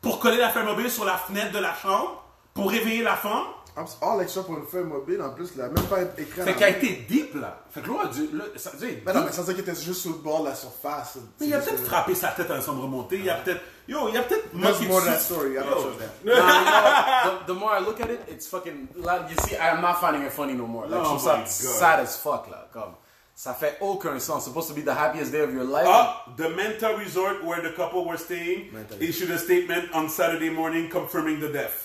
pour coller la feuille mobile sur la fenêtre de la chambre, pour réveiller la femme. En plus, all extra pour une feuille mobile, en plus, là, même pas écrit Fait qu'il a été deep, là. Fait que l'eau a dû... le- ça a dû être Mais non, mais deep. ça veut dire qu'il était juste sur le bord de la surface. Mais il a peut-être frappé sa tête à un sombre remonté. Il a peut-être. Yo, il a peut-être. Ah. That's manqué de more than souffle. story, I'm not sure of that. No, you know what? the, the more I look at it, it's fucking. Like, you see, I'm not finding it funny no more. Like, Oh je trouve ça my God. sad as fuck, là. Comme, ça fait aucun sens. Supposed to be the happiest day of your life. Ah, the Menta Resort where the couple were staying Menta. issued a statement on Saturday morning confirming the death.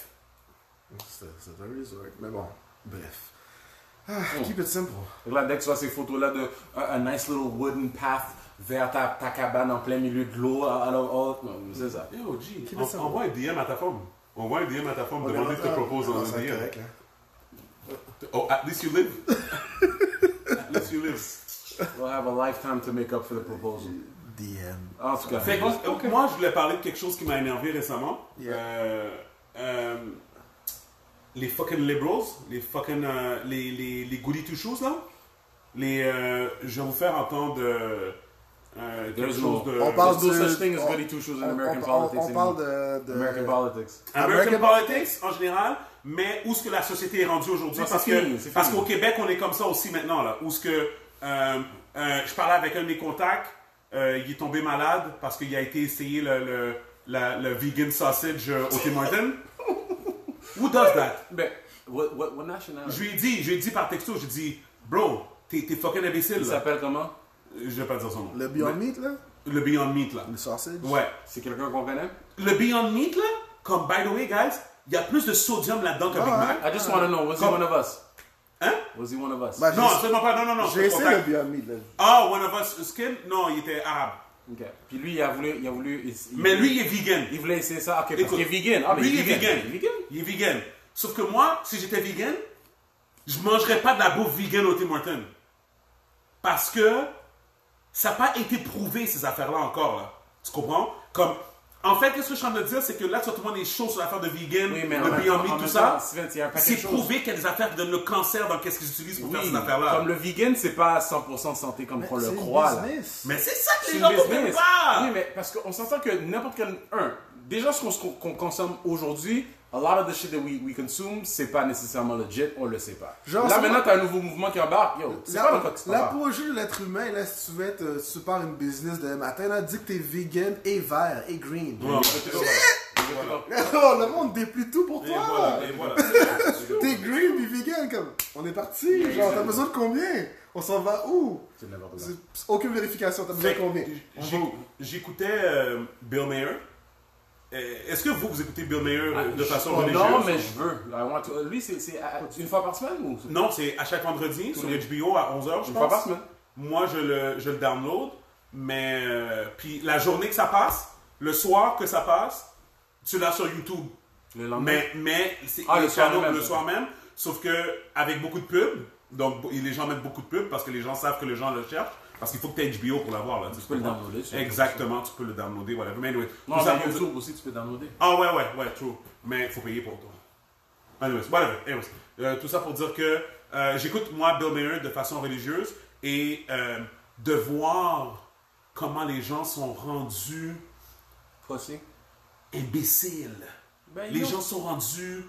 C'est c'est un resort, mais bon, bref. Ah, Oh. Keep it simple. Fait que Là, dès que tu vois ces photos-là de a, a nice little wooden path vers ta, ta cabane en plein milieu de l'eau, alors, oh, non, c'est ça. Yo, G, Keep it on, simple. envoie un DM à ta femme. Envoie un DM à ta femme, On demandez de te verra. proposer Non, dans c'est un DM. correct, hein? là. Oh, at least you <laughs> live. at least you live. We'll have a lifetime to make up for the proposal. DM. En tout cas, Fait que, euh, moi, je voulais parler de quelque chose qui m'a énervé récemment. Yeah. Euh, euh, les fucking liberals, les fucking. euh, les, les, les goody two shoes, là. Les, euh, je vais vous faire entendre euh, euh, quelque There's chose no- de. On parle There's no de- such thing as on- goody two shoes in on- on- American on- politics On anymore. parle de. de- American politics. American American- politics en général, mais où est-ce que la société est rendue aujourd'hui Non, c'est Parce fini, que c'est parce fini. qu'au Québec, on est comme ça aussi maintenant là. Où est-ce que euh, euh, je parlais avec un de mes contacts, euh, il est tombé malade parce qu'il a été essayer le, le, la- le vegan sausage euh, au Tim Hortons. Who does that Ben, what, what, what nationality? Je lui ai dit, je lui ai dit par texto, je lui ai dit, bro, t'es t'es fucking imbécile. Il Là. s'appelle comment? Je vais pas dire son nom. Le Beyond Meat, là Le Beyond Meat là. Le sausage Ouais. C'est quelqu'un qu'on connaît? Le Beyond Meat là, comme by the way guys, il y a plus de sodium là-dedans qu'à Big Mac. I just want to know, was he Comme- one of us? Hein Was he one of us? Bah, Non, j'ai- absolument pas. Non, non, non. J'ai essayé Au le contraire. Beyond Meat, là. Ah, One of Us Skin? Non, il était arabe. Ok. Puis lui, il a voulu. Il a voulu il- il Mais voulait- lui, il est vegan. il voulait essayer ça. Ok, parce Écoute, qu'il est vegan. Ah, mais lui, il est vegan. Il est vegan. Il est vegan. Sauf que moi, si j'étais vegan, je mangerais pas de la bouffe vegan au Tim Hortons. Parce que ça n'a pas été prouvé, ces affaires-là, encore. Là. Tu comprends? Comme, en fait, qu'est-ce que je suis en train de dire, c'est que là, tu as tout le monde est chaud sur l'affaire de vegan, Oui, mais en de même Beyond temps- en Meat, tout même ça. temps, Steven, il y a un paquet C'est de choses. prouvé qu'il y a des affaires qui donnent le cancer dans qu'est-ce qu'ils utilisent pour faire Oui. ces affaires-là. Comme le vegan, c'est pas 100% santé comme on le C'est croit. là. business. Mais c'est ça que C'est les une gens ne comprennent business. pas! Oui, mais parce qu'on s'entend que n'importe quel. Un, déjà ce qu'on qu'on consomme aujourd'hui, a lot of the shit that we, we consume, c'est pas nécessairement legit, on le sait pas. Genre, là c'est maintenant, moi- t'as un nouveau mouvement qui embarque, yo, c'est La- pas dans quoi tu t'en la vas. apologie de l'être humain, là, si tu veux être, euh, si tu pars une business demain matin, là, dis que t'es vegan et vert et green. Bon, <laughs> Oh, le monde déplie tout pour et toi. voilà, et voilà. C'est tout. <laughs> T'es green puis vegan, comme, on est parti. Genre, t'as besoin de combien On s'en va où C'est n'importe quoi. C'est- c'est Aucune vérification, t'as besoin de combien J'ai- J'écoutais euh, Bill Mayer. Euh, Est-ce que vous, vous écoutez Bill Mayer euh, de façon Oh, religieuse? non, mais je veux. I want to- Lui, c'est c'est, euh, une fois par semaine ou Non, c'est à chaque vendredi sur HBO à 11h, je pense. Une fois par semaine. Moi, je le, je le download, mais euh, puis la journée que ça passe, le soir que ça passe, tu l'as sur YouTube. Le lendemain. Mais, mais c'est Ah, il le est soir canon même. le soir même, sauf que avec beaucoup de pubs, donc bo- les gens mettent beaucoup de pubs parce que les gens savent que les gens le cherchent. Parce qu'il faut que tu aies HBO pour l'avoir. là, Tu peux le comprends? downloader sur- Exactement, tu peux le downloader. Voilà. Mais anyway, Non, tout ça mais pour- YouTube aussi, tu peux downloader. ah ouais, ouais, ouais, true. Mais faut payer pour toi. Anyways, whatever. Anyways. Euh, tout ça pour dire que euh, j'écoute, moi, Bill Mayer de façon religieuse et euh, de voir comment les gens sont rendus Toi aussi. imbéciles. Ben, les yo. gens sont rendus...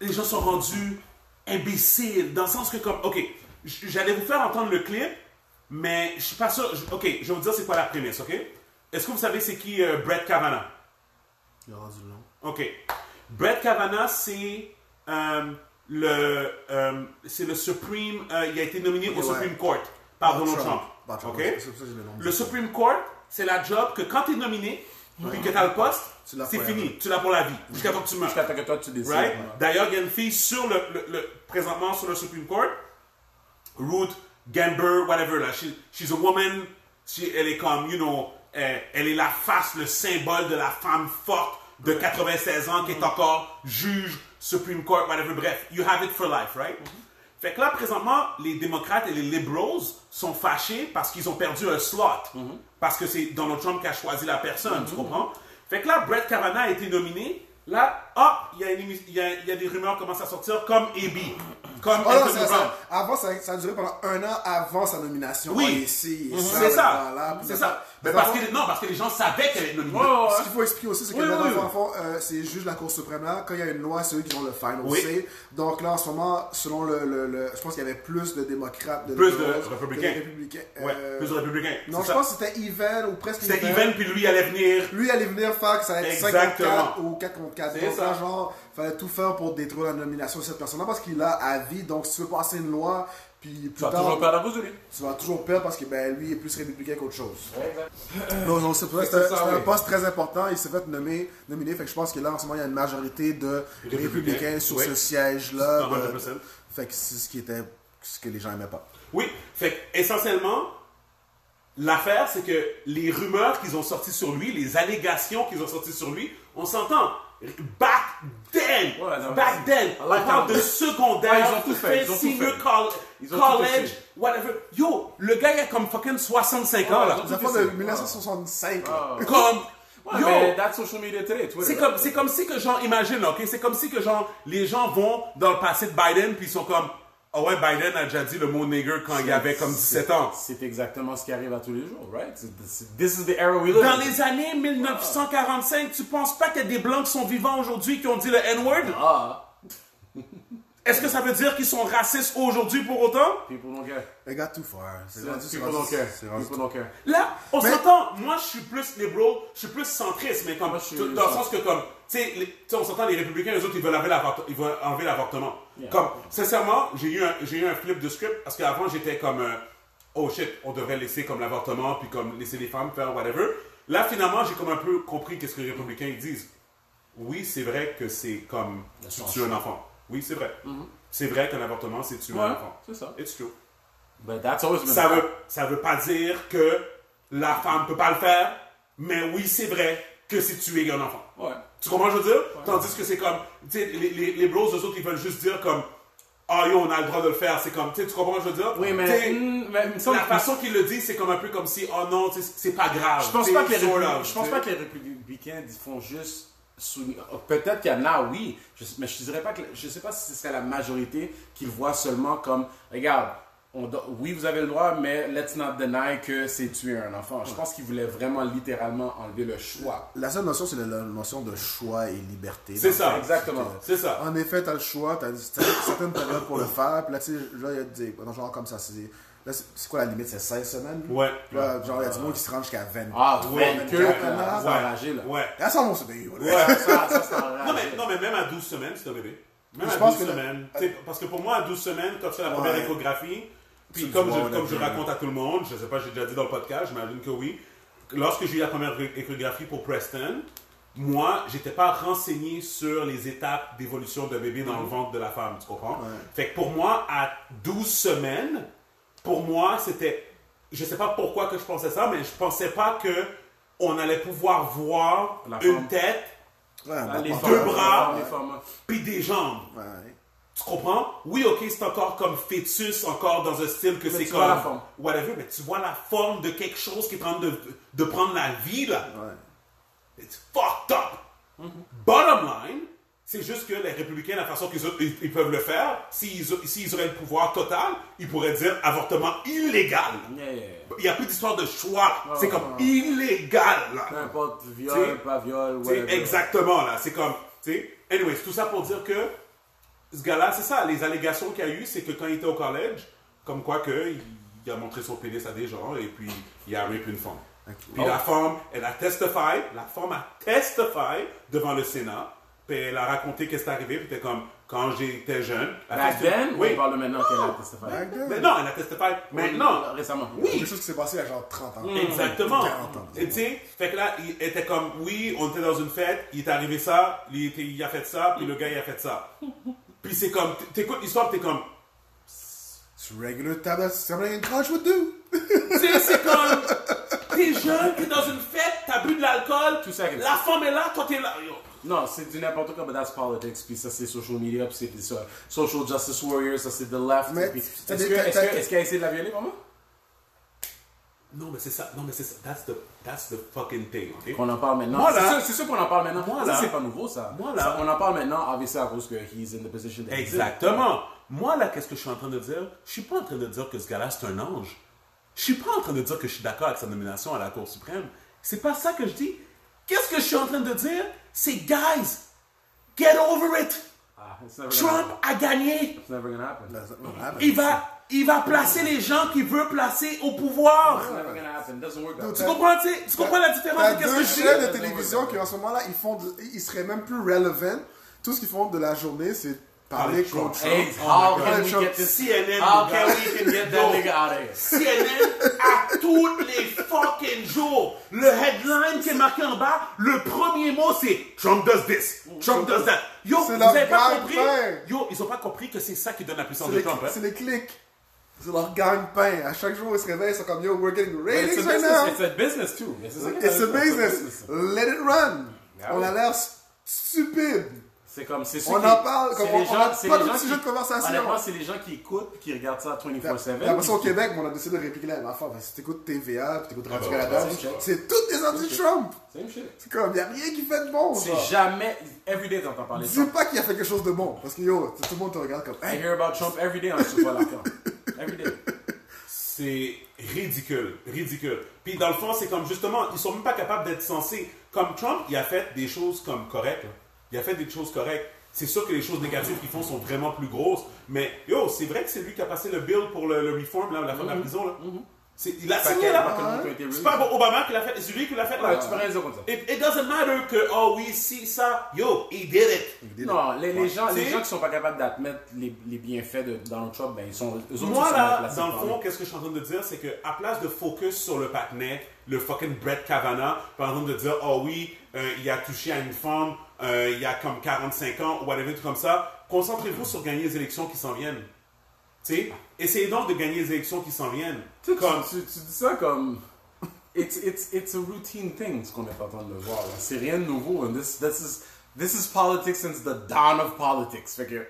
Les gens sont rendus imbéciles. Dans le sens que comme... OK, j- j'allais vous faire entendre le clip, mais je suis pas sûr... je- OK, je vais vous dire c'est quoi la prémisse, OK? Est-ce que vous savez c'est qui euh, Brett Kavanaugh? Il aura du long. OK. Brett Kavanaugh, c'est euh, le, euh, c'est le Supreme. euh, il a été nominé au ouais. Supreme Court par Donald Trump. Par Trump, OK? ouais, c'est pour ça que j'ai le nom. Le Supreme Court, c'est la job que quand tu es nominé, puis que tu as le poste, Tu l'as c'est pour la fini. Tu l'as pour la vie, jusqu'à temps que tu meurs. Jusqu'à temps que toi, tu décides. Right? D'ailleurs, il y a une fille sur le, le- le- présentement sur le Supreme Court, Ruth Gamber, whatever, là. She- she's a woman, She- elle est comme, you know, euh, elle est la face, le symbole de la femme forte de 96 ans qui est encore juge, Supreme Court, whatever, bref, you have it for life, right? Mhm. Fait que là, présentement, les démocrates et les liberals sont fâchés parce qu'ils ont perdu un slot. Mhm. Parce que c'est Donald Trump qui a choisi la personne, tu comprends? Fait que là, Brett Kavanaugh a été nominé. Là, ah, il y, a une émi- il y a- il y a des rumeurs qui commencent à sortir, comme AB, comme Oh non, Anthony ça- Brown. ça- avant, ça, ça a duré pendant un an avant sa nomination. Oui. Mhm. Ah, ici, et ça, C'est là, là, ça. puis C'est là, ça. Mais Mais parce avant- que, non, parce que les gens savaient qu'elle était nominée. Oh. Ce qu'il faut expliquer aussi, c'est que Oui, là, dans oui. le fond, euh, c'est juge de la Cour suprême là. Quand il y a une loi, c'est eux qui ont le final Oui. say. Donc là, en ce moment, selon le. le- le- je pense qu'il y avait plus de démocrates. De Plus de libéraux que républicains. républicains. Ouais, Euh, plus de républicains. Non, C'est je ça. pense que c'était even ou presque C'était Even, puis lui allait venir. Lui allait venir faire que ça allait être 54 Exactement. ou 4 contre 4. C'est Donc ça. là, genre, fallait tout faire pour détruire la nomination de cette personne-là parce qu'il a à vie. Donc si tu veux passer une loi, puis Tu plus vas tard, toujours perdre à cause de lui. tu vas toujours perdre parce que ben, lui est plus républicain qu'autre chose. Non, non, c'est pour ça. C'est C'est un, ça, c'est un oui. poste très important. Il s'est fait nommer, nominé. Fait que je pense que là, en ce moment, il y a une majorité de Républicains. républicains, sur Oui. ce siège-là. 100%. Euh, fait que c'est ce qui était ce que les gens aimaient pas. Oui, fait que, essentiellement, l'affaire, c'est que les rumeurs qu'ils ont sorties sur lui, les allégations qu'ils ont sorties sur lui, on s'entend. Back then, Ouais, non, back mais- then, I on like parle that. de secondaire, Ouais, ils ont tout fait, ils ont tout senior fait. coll- Ils ont tout college, fait. whatever. Yo, le gars, il a comme fucking 65 ans, Ouais, là. ils ont Ça Tout fait est- de 1965. là. Comme, Ouais, yo, mais that's social media today, Twitter. c'est comme, c'est comme si que genre, imagine, ok, c'est comme si que genre, les gens vont dans le passé de Biden, puis ils sont comme, ah ouais, Biden a déjà dit le mot nigger quand il avait comme 17 ans. C'est exactement ce qui arrive à tous les jours, right? C'est- c'est- This is the era we live in. Dans les années 1945, tu penses pas qu'il y a des blancs qui sont vivants aujourd'hui qui ont dit le N-word? Ah, Est-ce que ça veut dire qu'ils sont racistes aujourd'hui pour autant? people don't care. They got too far. C'est rendu- c'est People rendu- don't care. c'est rendu- People don't care. Là, on s'entend. Moi, je suis plus liberal, je suis plus centriste, mais comme Moi, je suis dans le centre. sens que comme, tu sais, les- tu sais, on s'entend les républicains, les autres, ils veulent enlever l'avortement. Ils veulent enlever l'avortement. Comme, sincèrement, j'ai eu un, j'ai eu un flip de script parce qu'avant j'étais comme, euh, oh shit, on devrait laisser comme l'avortement puis comme laisser les femmes faire whatever. Là, finalement, j'ai comme un peu compris qu'est-ce que les républicains ils disent. Oui, c'est vrai que c'est comme tu tues un enfant. Oui, c'est vrai. C'est vrai qu'un avortement, c'est tuer Mm-hmm. Ouais, un enfant. c'est ça. It's true. But that's always been Ça veut, ça veut pas dire que la femme peut pas le faire, mais oui, c'est vrai que c'est tuer un enfant. Ouais. Tu comprends, ce que je veux dire? Tandis que c'est comme, tu sais, les, les, les bros, eux autres, ils veulent juste dire comme, ah yo, on a le droit de le faire. C'est comme, tu sais, tu comprends, ce que je veux dire? Oui, Tu sais, mais. hmm, mais il me semble La que- façon qu'ils le disent, c'est comme un peu comme si, oh non, tu sais, c'est pas grave. Je pense Tu pas sais, que les, sort républi- of, je pense tu pas sais. que les républicains ils font juste souligner. oh, Peut-être qu'il y en a, oui, je, mais je dirais pas que je sais pas si ce serait la majorité qui le voit seulement comme regarde. on do- oui, vous avez le droit, mais let's not deny que c'est tuer un enfant. Je pense qu'ils voulaient vraiment littéralement enlever le choix. La seule notion, c'est la la notion de choix et liberté. C'est Donc, ça. Exactement. C'est ça. En effet, t'as le choix, t'as t'as certaines périodes pour le faire. Puis là, tu sais, là, il y a des. non, genre comme ça, c'est. Là, c'est c'est quoi la limite C'est 16 semaines Ouais. Puis Là, genre, il y a du monde qui se rend jusqu'à 20. Ah, Ouais, ouais, que ouais, là, c'est ouais. enragé, là. Ouais. Là, ça, on se dit, voilà. Ouais. Ça, ça, c'est enragé. Non mais, non, mais même à 12 semaines, c'est un bébé. Même Je à 12 pense que le- euh, semaines. Tu sais, Parce que pour moi, à 12 semaines, quand tu fais la première Ouais. échographie, puis le comme, vois, je, là, comme je bien. raconte à tout le monde, je sais pas, j'ai déjà dit dans le podcast, j'imagine que oui. Lorsque j'ai eu la première échographie pour Preston, moi, j'étais pas renseigné sur les étapes d'évolution d'un bébé dans le ventre de la femme, tu comprends? Fait que pour moi, à 12 semaines, pour moi, c'était. Je sais pas pourquoi que je pensais ça, mais je pensais pas que on allait pouvoir voir La une forme. tête Ouais, Ah, bah, les bah, deux formats, bras. les formats. puis des jambes. ouais. Tu comprends? Oui, ok, c'est encore comme fœtus, encore dans un style que c'est tu comme. vois la forme. Whatever, mais tu vois la forme de quelque chose qui est en train de, de prendre la vie, là. It's fucked up. Mm-hmm. Bottom line, c'est juste que les républicains, la façon qu'ils ont- ils, ils peuvent le faire, s'ils ont- s'ils auraient le pouvoir total, ils pourraient dire avortement illégal. Yeah, yeah, yeah. Il n'y a plus d'histoire de choix. c'est comme illégal, là. Peu importe, viol, Tu sais, pas viol, Tu sais, whatever. exactement, là. C'est comme, tu sais. Anyways, tout ça pour dire que ce gars-là, c'est ça. Les allégations qu'il y a eu, c'est que quand il était au collège, comme quoi que il, il a montré son pénis à des gens et puis il a rapé une femme. Puis la femme, elle a testifié, la femme a testifié devant le Sénat. Puis elle a raconté qu'est-ce qui est arrivé. Puis t'es comme, quand j'étais jeune. la testi- Back then, oui. on parle maintenant qu'elle a testé faire. Back then. Mais non, elle a testifié maintenant. Récemment. Oui. Quelque chose qui s'est passé il y a genre 30 ans. Exactement. 40 ans. Et tu sais, fait que là, il était comme, oui, on était dans une fête, il est arrivé ça, il, était- il a fait ça, puis le gars, il a fait ça. Puis c'est comme, t'écoutes l'histoire, t'es comme, It's regular tablet, something in college would do. tu sais, c'est comme, t'es jeune, t'es dans une fête, t'as bu de l'alcool, Tout ça, qu'est-ce que la femme est là, toi t'es là. Yo. Non, c'est du n'importe quoi, mais that's politics, puis ça c'est social media, puis c'est ça, social justice warriors, ça c'est the left. Mais- puis- Est-ce t'as que- des- est-ce que- t'as- est-ce t'as- que- est-ce qu'il a essayé de la violer, vraiment Non, mais c'est ça, non, mais c'est ça, that's the, that's the fucking thing, ok? Qu'on en parle maintenant. Moi, C'est là- sûr- C'est sûr qu'on en parle maintenant. Moi, ça là- c'est pas nouveau ça. Moi, là- Ça, On en parle maintenant, obviously, à cause que he's in the position that he's in. Exactement. Moi, là, qu'est-ce que je suis en train de dire? Je suis pas en train de dire que ce gars-là, c'est un ange. Je suis pas en train de dire que je suis d'accord avec sa nomination à la Cour suprême. C'est pas ça que je dis. Qu'est-ce que je suis en train de dire? C'est, guys, get over it. Ah, it's never gonna Trump happen. a gagné. It's never gonna happen. That's what happened. Il va, il va placer les gens qu'il veut placer au pouvoir. It's never gonna happen. It doesn't work that way. Tu comprends, tu sais, tu comprends la différence T'as de qu'est-ce que deux je dis? chaînes de télévision qui en ce moment là ils font de- ils seraient même plus relevant tout ce qu'ils font de la journée c'est Parler parler de contre Trump. Hey, how God. can we get this? CNN, How mon can gars. we can get Yo. that nigga out of here? CNN à tous les fucking jours. Le headline qui est marqué en bas, le premier mot c'est Trump does this, Trump does that. Yo, vous C'est leur avez pas gang compris? pain. Yo, ils ont pas compris que c'est ça qui donne la puissance C'est de les- Trump. hein? c'est les clics c'est leur gagne-pain à chaque jour ils se réveillent ils sont comme yo we're getting It's a ratings right business. now It's a business too. It's a it's a business let it run Ah on oui. a l'air st- stupide C'est comme, c'est On ceux qui- en parle, comme c'est on- les on gens- a c'est pas les de gens sujet de qui- conversation. Honnêtement, c'est les gens qui écoutent, qui regardent ça 24-7. J'ai l'impression au puis- Québec, on a décidé de répliquer la même affaire. Parce que si t'écoutes TVA, puis t'écoutes Radio-Canada, ouais, Ah, bah, c'est ça. c'est toutes des anti-Trump. Same shit. C'est comme, y a rien qui fait de bon. C'est genre. jamais, every day t'entends parler de Dis Trump. pas qu'il a fait quelque chose de bon. Parce que yo, tout le monde te regarde comme, I hey, hear about Trump every day hein, on Super Lacan. Every day. C'est ridicule, ridicule. Puis dans le fond, c'est comme justement, ils sont même pas capables d'être sensés. Comme Trump, il a fait des choses comme correctes. là. Il a fait des choses correctes. C'est sûr que les choses négatives qu'ils font sont vraiment plus grosses. Mais yo, c'est vrai que c'est lui qui a passé le bill pour le, le reform, là, la fin de la prison. Là. C'est- Il a signé Paquet, là. paquet de monde qui a été C'est released. pas Obama qui l'a fait, c'est lui qui l'a fait. là. Ouais, tu peux rien dire comme ça. It, it doesn't matter que, oh oui, si, ça, yo, he did it. Non, les, les gens, les C'est- gens qui sont pas capables d'admettre les, les bienfaits de Donald Trump, ben ils sont, eux autres ils Moi, sont mal là, placés dans le par fond, lui. qu'est-ce que je suis en train de dire, c'est que à place de focus sur le patinet, le fucking Brett Kavanaugh, par exemple, de dire, oh oui, euh, il a touché à une femme, euh, il y a comme 45 ans, ou whatever, tout comme ça, concentrez-vous sur gagner les élections qui s'en viennent. Tu sais, essayez donc de gagner les élections qui s'en viennent. Tu, sais, Comme, tu, tu- tu dis ça comme. <laughs> it's it's it's a routine thing ce qu'on est en train de voir. là. C'est rien de nouveau. And this this is this is politics since the dawn of politics. Fait que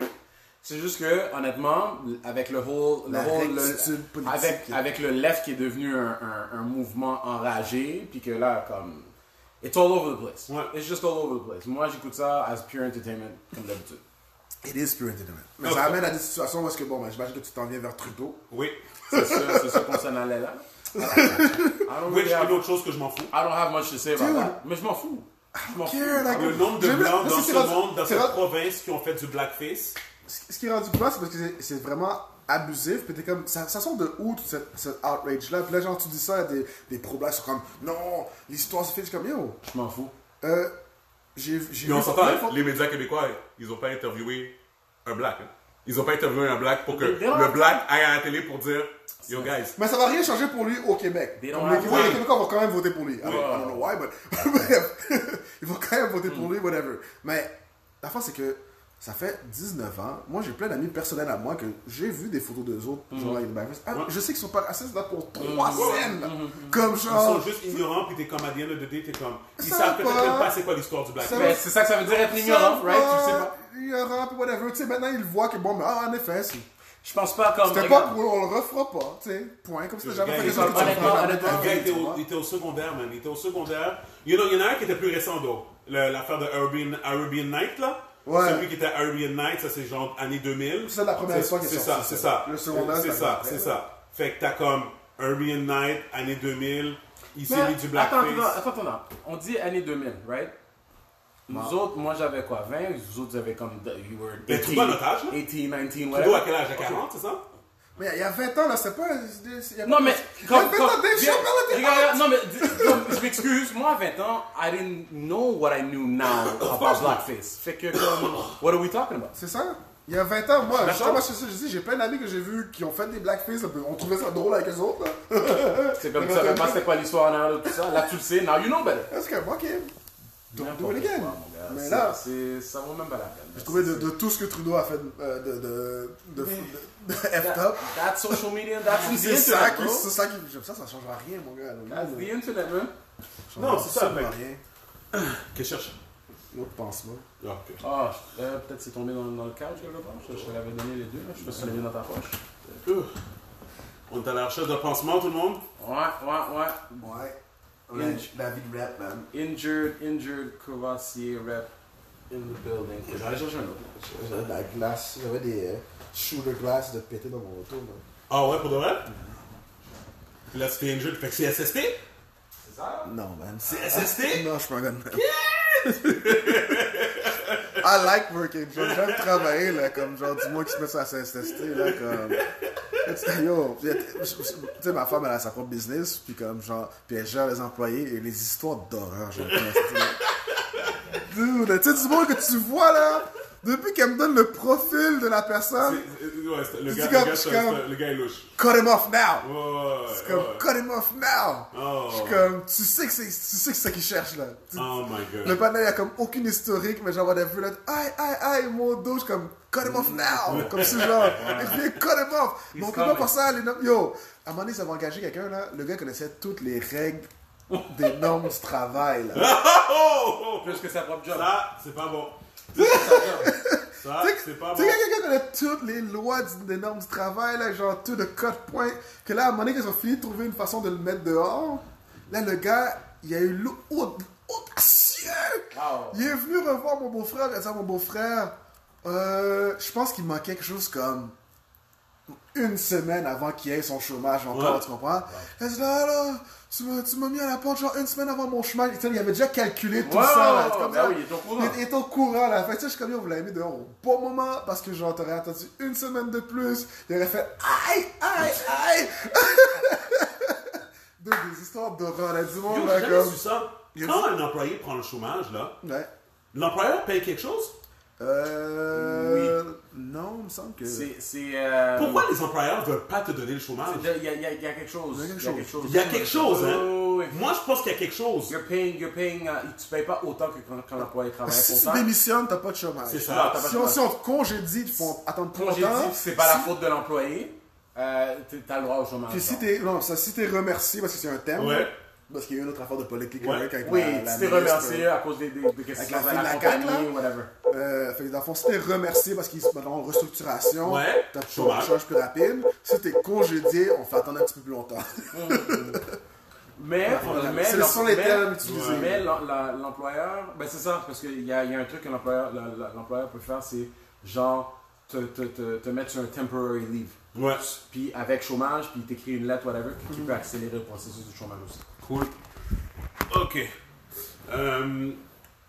c'est juste que honnêtement avec le whole, le La whole- le- rectitude politique, avec là. avec le left qui est devenu un, un, un mouvement enragé puis que là comme it's all over the place. Ouais. It's just all over the place. Moi j'écoute ça as pure entertainment comme d'habitude. It is pure entertainment. Mais ça amène à des situations où est-ce que, bon, ben, j'imagine que tu t'en viens vers Trudeau. Oui. C'est ça c'est ça qu'on s'en allait là. I don't, Which, really have, une autre chose que je m'en fous. I don't have much to say about Dude. that. Mais je m'en fous. Je m'en fous. Care, like, Le nombre de j'aime la- blancs mais dans c'est- c'est ce rendu- monde, dans c'est cette rendu- province, qui ont fait du blackface. Ce qui est rendu quoi, c'est parce que c'est- c'est vraiment abusif, puis t'es comme, ça, ça sort de où, tout cette, cette outrage-là, puis là, genre, tu dis ça à des, des pro-blacks, ils sont comme, non, l'histoire se fait, c'est comme, yo, Je m'en fous. euh, j'ai j'ai Mais on vu- s'entend, hein. plein de fois- les médias québécois, ils n'ont pas interviewé un black. hein. Ils n'ont pas interviewé un black pour que They don't- le black aille à la télé pour dire Yo guys. Mais ça va rien changer pour lui au Québec. They don't Comme have- les, Québécois, Oui. les Québécois vont quand même voter pour lui. I don't- I don't know why, but <laughs> bref. ils vont quand même voter Hmm. pour lui, whatever. Mais la fin, c'est que ça fait 19 ans. Moi, j'ai plein d'amis personnels à moi que j'ai vu des photos d'eux autres, Hmm. genre avec des blackface. Ah, Je sais qu'ils sont pas racistes là pour trois scènes. là. Hmm. Comme Ils sont genre. juste ignorants, puis t'es comme à the end of the day, t'es comme. Ils Ça savent va peut-être pas. même pas c'est quoi l'histoire du Ça blackface. va Mais c'est ça que ça veut dire être ignorant, right? Tu sais pas. euh, Ignorant, puis whatever. Tu sais, maintenant, ils voient que bon, mais ah, en effet, c'est- Je pense pas comme. c'était pas cool, on le refera pas. Tu sais, point. Comme si t'as jamais gars, fait il quelque chose que tu honnêtement, referas honnêtement, jamais. Le gars était Tu au, vois. il était au secondaire, man. Il était au secondaire. You know, Il y en a un qui était plus récent, donc. Le- L'affaire de Arabian, Arabian Night, là. Ouais. Celui qui était Arabian Night, ça c'est genre année 2000. C'est la première histoire qui est C'est sortie, ça, c'est ça. ça. Le secondaire, C'est ça, ça fait c'est après. ça. Fait que t'as comme Arabian Night, année 2000. Il s'est mis du attends, blackface. attends, attends, attends. On dit année 2000, right? Nous autres, moi j'avais quoi, 20? Vous autres, vous avez comme. You were Mais 18, Trudeau à notre âge, là. 18, 19, Trudeau, à whatever. quel âge À 40, c'est ça Mais il y a 20 ans, là, c'est pas. il y a- Non, mais. Il y a comme- 20 ans, comme- Dave viens- Chappelle était regarde, Non, mais dis- comme, je m'excuse. Moi, à 20 ans, I didn't know what I knew now about blackface. Fait que, comme. What are we talking about? C'est ça? Il y a 20 ans, moi, D'accord. justement, c'est ça, je dis, j'ai plein d'amis que j'ai vus qui ont fait des blackface, on trouvait ça drôle avec les autres. là. C'est comme tu savais pas c'était quoi l'histoire en arrière de tout ça. Là, tu le sais. Now you know better. Parce que, ok, N'importe do it again. quoi, mon gars. Mais C'est- là- c'est- ça vaut même pas la peine. je trouvais de, de tout ce que Trudeau a fait euh, de, de, de, de, de That, F-top. that social media, that's the C'est ça internet, qui. bro. C'est ça qui. J'aime ça, ça changera rien, mon gars. là. That's the internet, man. Ça Non, changera c'est ça, absolument mec. rien. Que cherche L'autre pense pas. Ah, ok. Ah, euh, peut-être c'est tombé dans, dans le couch, quelque part. Je, je te l'avais donné les deux, là. Je sais pas si tu l'as mis dans ta poche. Ouh. On est à la recherche d'un pansement, tout le monde Ouais, ouais, ouais. Ouais. Ouais, la vie de rap, man. Injured, injured, Courvoisier rep in the building. Je vais aller chercher un autre. J'avais de la glace, j'avais des euh, shooter glass de péter dans mon auto. là. Ah ouais, pour de vrai Mhm. Puis Là, tu fais une jeu, fait que c'est SST Non, man. c'est- C'est SST Non, je suis pas un gunman. <laughs> I like working. J'aime j'aime travailler, là, comme genre, du moins qui se met ça à s'instester, là, comme. <laughs> It's- Yo, tu sais, ma femme, elle a sa propre business, puis comme genre, puis elle gère les employés et les histoires d'horreur, j'aime pas ça. Dude, tu sais, du moins que tu vois, là, depuis qu'elle me donne le profil de la C'est- personne, euh, ouais, c'est- le, C'est gars, le, comme- gars, c'est c'est un- comme- c'est un- le gars est louche. cut him off now! Ouais, ouais, C'est ouais. Comme, cut him off now! Oh. Je suis comme, tu sais que c'est tu sais que c'est ça qu'il cherche, là. Tu- Oh my Le god. panel, il y a comme aucune historique, mais genre, whatever, là, aïe, aïe, aïe, mon dos, je suis comme, cut him off now! Comme si, genre, il vient cut him off! Mais on peut pas coming. passer à les normes. Yo, à un moment donné, ça va engager quelqu'un, là, le gars connaissait toutes les <laughs> règles des normes du travail, là. Oh, oh, oh. Plus que sa propre job. Ça, c'est pas bon. Ça, Tu sais, c'est pas bon. tu sais, quand quelqu'un connaît toutes les lois du- des normes du travail, là, genre, tout de code point, que là, à un moment donné, qu'ils ont fini de trouver une façon de le mettre dehors, là, le gars, il a eu l'audacieux! Wow. Il est venu revoir mon beau-frère et a dit à mon beau-frère, euh, je pense qu'il manquait quelque chose comme une semaine avant qu'il ait son chômage encore, Ouais. tu comprends? Il a dit, là, là, tu m'as, tu m'as mis à la porte genre une semaine avant mon chômage. Il avait déjà calculé tout Wow! ça. là. C'est Ben oui, il est au courant. Il, il est au courant, là. Fait que, tu sais, je suis comme, yo, vous l'avez mis dehors au bon moment parce que genre, t'aurais attendu une semaine de plus. Il aurait fait, aïe, aïe, aïe! <laughs> Deux, des histoires d'horreur, là, du Yo, monde, là, j'ai jamais comme... su ça. Quand un employé prend le chômage, là, Ouais. l'employeur paye quelque chose Euh. Non, il me semble que. C'est. c'est, euh, Pourquoi les employeurs veulent pas te donner le chômage Il y a, il y a- il y a quelque chose. Il y a quelque chose. Il y a quelque chose, Oh, oui. hein Moi, je pense qu'il y a quelque chose. You're paying, you're paying, euh, tu payes pas autant que quand, quand l'employé travaille Ah, Si pour tu démissionnes, t'as pas de chômage. C'est ça. Non, t'as pas de Si on, chômage. si on te congédie, tu faut attendre plus Congédie, longtemps. puis c'est pas la Si- faute de l'employé, euh, t'es- t'as le droit au chômage. Puis si genre. t'es, non, ça, si t'es remercié parce que c'est un thème, Ouais. Parce qu'il y a eu une autre affaire de politique Ouais. correcte avec Oui, ben, la, la tu t'es ministre. euh, remercié à cause des, des, des questions Avec la de fille de la compagnie, CAQ, là. whatever. Euh, fait que dans le fond, si t'es remercié parce qu'ils se mettent en restructuration, Ouais. t'as ton Chômage. change plus rapide. Si t'es congédié, on fait attendre un petit peu plus longtemps. <laughs> Mais, mais, C'est- l'em- ce sont les mais- termes utilisés. mais l'em- la- l'employeur, ben c'est ça, parce qu'il y a, il y a un truc que l'employeur la- la- l'employeur peut faire, c'est genre te, te, te, te mettre sur un temporary leave. Ouais. Puis avec chômage, puis t'écris une lettre, whatever, qui- Mhm. qui peut accélérer le processus du chômage aussi. Cool. Ok. Euh,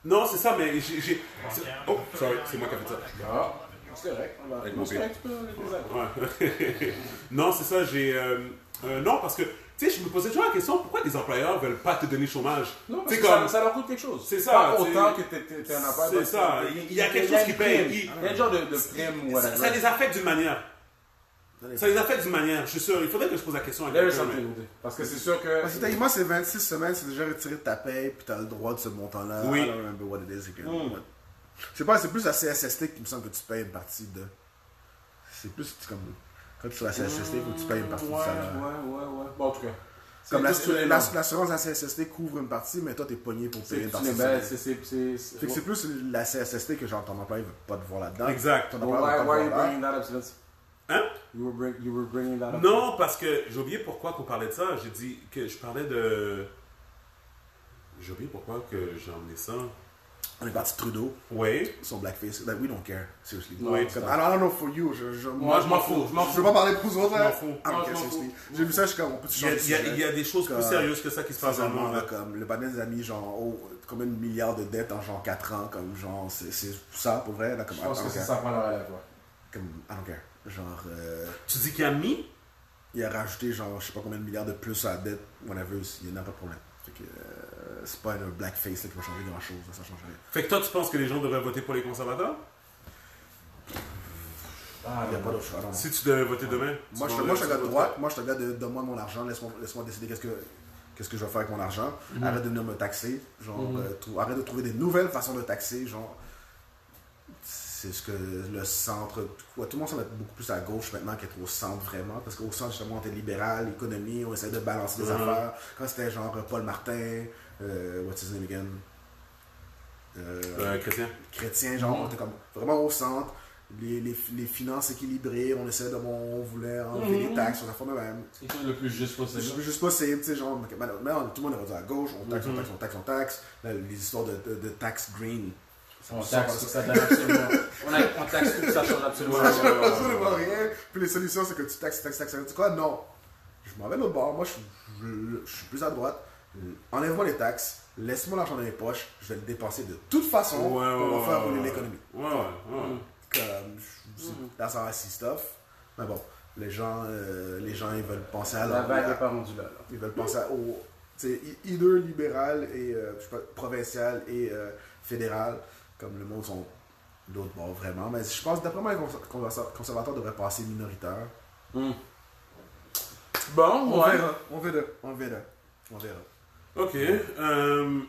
non, c'est ça, mais j'ai. j'ai- c'est- Oh, sorry, c'est moi qui ai fait ça. Ah, c'est correct. on va- Avec non, mon c'est correct, tu peux le Ouais. désaller. <laughs> non, c'est ça, j'ai. euh, euh, non, parce que, tu sais, je me posais toujours la question pourquoi les employeurs veulent pas te donner chômage Non, parce C'est que comme. ça, ça leur coûte quelque chose. C'est ça, Pas c'est- autant que t'es- t'es t'es un employeur. C'est parce que ça, il y a quelque une chose qui paye. prime. Il- Il y a un genre de, de prime ou ça, ça whatever. les affecte d'une manière. Ça les affecte d'une manière, je suis sûr. Il faudrait que je pose la question à There is quelqu'un. mais- something with it. Parce que c'est sûr que. Parce que techniquement, c'est 26 semaines, c'est déjà retiré de ta paye, puis t'as le droit de ce montant-là. Oui. I don't remember what it is again. Hmm. Ouais. Je sais pas, c'est plus la CSST qui me semble que tu payes une partie de. C'est plus c'est comme. Quand tu es sur la CSST, faut que tu payes une partie Hmm, Ouais, ouais, du salaire. ouais, ouais. Bon, en tout cas. c'est Comme la- tous les la- noms. l'assurance de la CSST couvre une partie, mais toi, t'es pogné pour C'est payer une tous partie les du belles, salaire. c'est- c'est- c'est- c'est- Fait que c'est plus la CSST que genre ton employeur veut pas te voir là-dedans. Exact. Ton Why, why employeur veut pas are te you voir là. bringing that up, Spence? Hein You were, bring, you were bringing that up. Non, parce que j'ai oublié pourquoi qu'on parlait de ça. J'ai dit que je parlais de. J'ai oublié pourquoi que j'ai emmené ça. On est parti de Trudeau, Oui. son blackface. Like, we don't care, seriously. Oui. Comme, I don't- I don't know for you. Je, je- Moi, je m'en fous, je m'en Je fous. veux pas parler pour vous autres, là. Je m'en fous. I don't Non, care, je m'en fous. seriously. J'ai vu ça, je suis comme, on peut Il y a, changer de il y a- sujet. il y a des choses plus Comme- sérieuses que ça qui se passent dans le Sincèrement, monde. là, là. comme le Banane des Amis, genre, oh, combien de milliards de dettes en genre 4 ans, comme genre, c'est c'est ça pour vrai, là, comme, Je pense I que don't c'est care. ça prend la relève, ouais. Comme, I don't care. Genre, euh, Tu dis qu'il a mis il a rajouté, genre, je sais pas combien de milliards de plus à la dette, whatever, il n'y en a pas de problème. Fait que, euh, c'est pas un blackface là, qui va changer grand chose, ça change rien. Fait que toi, tu penses que les gens devraient voter pour les conservateurs Ah, Il n'y a pas d'autre choix, non. Si tu devais voter demain tu Moi, je, demanderais moi, je si suis un gars de tu droite. Moi, je suis un gars de donne-moi mon argent, laisse-moi laisse-moi décider qu'est-ce que, qu'est-ce que je vais faire avec mon argent. Arrête de venir me taxer. Genre, euh, trou- arrête de trouver des nouvelles façons de taxer. Genre, c'est ce que le centre. quoi, tout le monde semble être beaucoup plus à gauche maintenant qu'être au centre vraiment. Parce qu'au centre, justement, on était libéral, économie, on essayait de balancer des Mhm. affaires. Quand c'était genre Paul Martin, euh, what's his name again? Euh, votes? Euh, Chrétien. chrétien, genre, on était comme vraiment au centre, les, les, les finances équilibrées, on essayait de, bon, on voulait enlever Mhm. les taxes, on a fait de même. le plus juste C'est possible. ju- juste possible, tu sais, genre, mais- mais- mais on- ben, tout le monde est rendu à gauche, on taxe, on taxe, on taxe, on taxe, Là, les histoires de, de, de taxes green. On taxe tout ça, absolument. On, a- on taxe tout ça, change <laughs> absolument. Ça change absolument rien. Puis les solutions, c'est que tu taxes, taxes, taxes, taxes. Tu sais quoi? Non. Je m'en vais de l'autre bord. Moi, je, suis- je- je suis plus à droite. Enlève-moi les taxes. Laisse-moi l'argent dans mes poches. Je vais le dépenser de toute façon Ouais, ouais, pour ouais, faire ouais, rouler ouais. l'économie. Ouais, ouais, Hmm. ouais. comme je- that's how I see stuff. Mais bon, les gens, euh, les gens ils veulent penser à La leur vague n'est pas rendue là. là. ils veulent penser à- au, tu sais, i- either libéral et euh, je sais pas, provincial et euh, fédéral, comme le monde sont d'autres bords vraiment. Mais je pense d'après moi les cons- conserva- conservateurs devraient passer minoritaire. Bon, ouais. on verra, on verra, on verra. Ok. euh,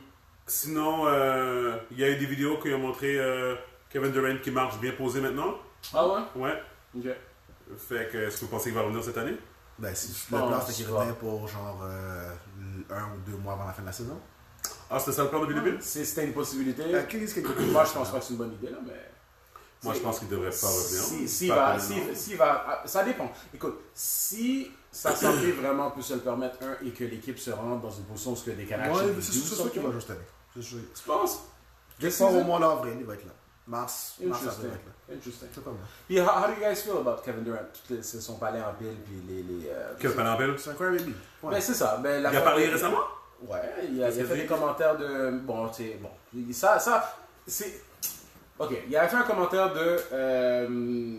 sinon, euh, il y a eu des vidéos qui ont montré euh, Kevin Durant qui marche bien posé maintenant. Ah ouais? Ouais. Ok. Fait que, est-ce que vous pensez qu'il va revenir cette année Ben si le pense plan c'est qu'ils pas. revenaient pour genre euh, un ou deux mois avant la fin de la saison. Ah, c'était ça le plan depuis le début Si c'était une possibilité, Euh, qu'est-ce que- moi je pense pas que c'est une bonne idée, là, mais. Moi, je pense qu'il devrait pas revenir. Si, si Pas va, pour le moment. si, si va, ah, ça dépend. Écoute, si sa santé vraiment peut se le permettre, un, et que l'équipe se rend dans une position où ce que des Canadiens Ouais, do c'est c'est sûr something, qu'il va jouer cette année. C'est sûr. Je pense. This Pas au season? mois d'avril, il va être là. Mars, mars avril, Interesting. il va être là. Interesting. C'est pas mal. Puis, how, how do you guys feel about Kevin Durant? Tout les- son palais en pile, puis les. les euh, Quel palais en belle C'est un crybaby. Ben, c'est ça. Ben, la Il a fois- parlé récemment Ouais, il a, il a que fait c'est- des commentaires de. Bon, tu sais, bon. Il- Ça, ça, c'est. Ok, il a fait un commentaire de. euh,